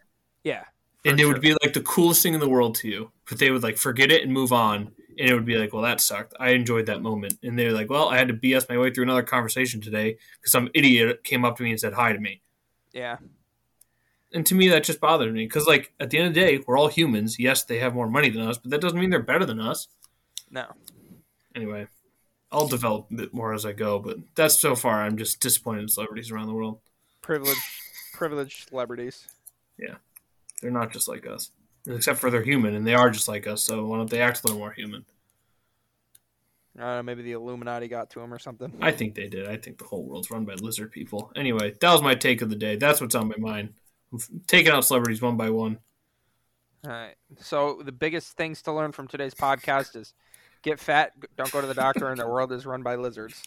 Speaker 2: Yeah, for
Speaker 1: and it
Speaker 2: sure.
Speaker 1: would be like the coolest thing in the world to you. But they would like forget it and move on, and it would be like, well, that sucked. I enjoyed that moment, and they're like, well, I had to BS my way through another conversation today because some idiot came up to me and said hi to me.
Speaker 2: yeah.
Speaker 1: And to me, that just bothered me because, like, at the end of the day, we're all humans. Yes, they have more money than us, but that doesn't mean they're better than us.
Speaker 2: No,
Speaker 1: anyway, I'll develop it more as I go, but that's so far. I'm just disappointed in celebrities around the world.
Speaker 2: privileged, privileged celebrities.
Speaker 1: They're not just like us, except for they're human, and they are just like us. So why don't they act a little more human?
Speaker 2: I don't know. Maybe the Illuminati got to him or something.
Speaker 1: I think they did. I think the whole world's run by lizard people. Anyway, that was my take of the day. That's what's on my mind. I'm f- taking out celebrities one by one.
Speaker 2: All right. So the biggest things to learn from today's podcast is get fat, g- don't go to the doctor, and the world is run by lizards.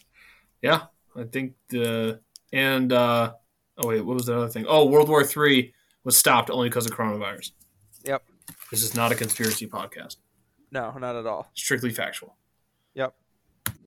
Speaker 1: Yeah, I think the and uh, oh wait, what was the other thing? Oh, World War Three was stopped only because of coronavirus.
Speaker 2: Yep.
Speaker 1: This is not a conspiracy podcast.
Speaker 2: No, not at all.
Speaker 1: Strictly factual.
Speaker 2: Yep.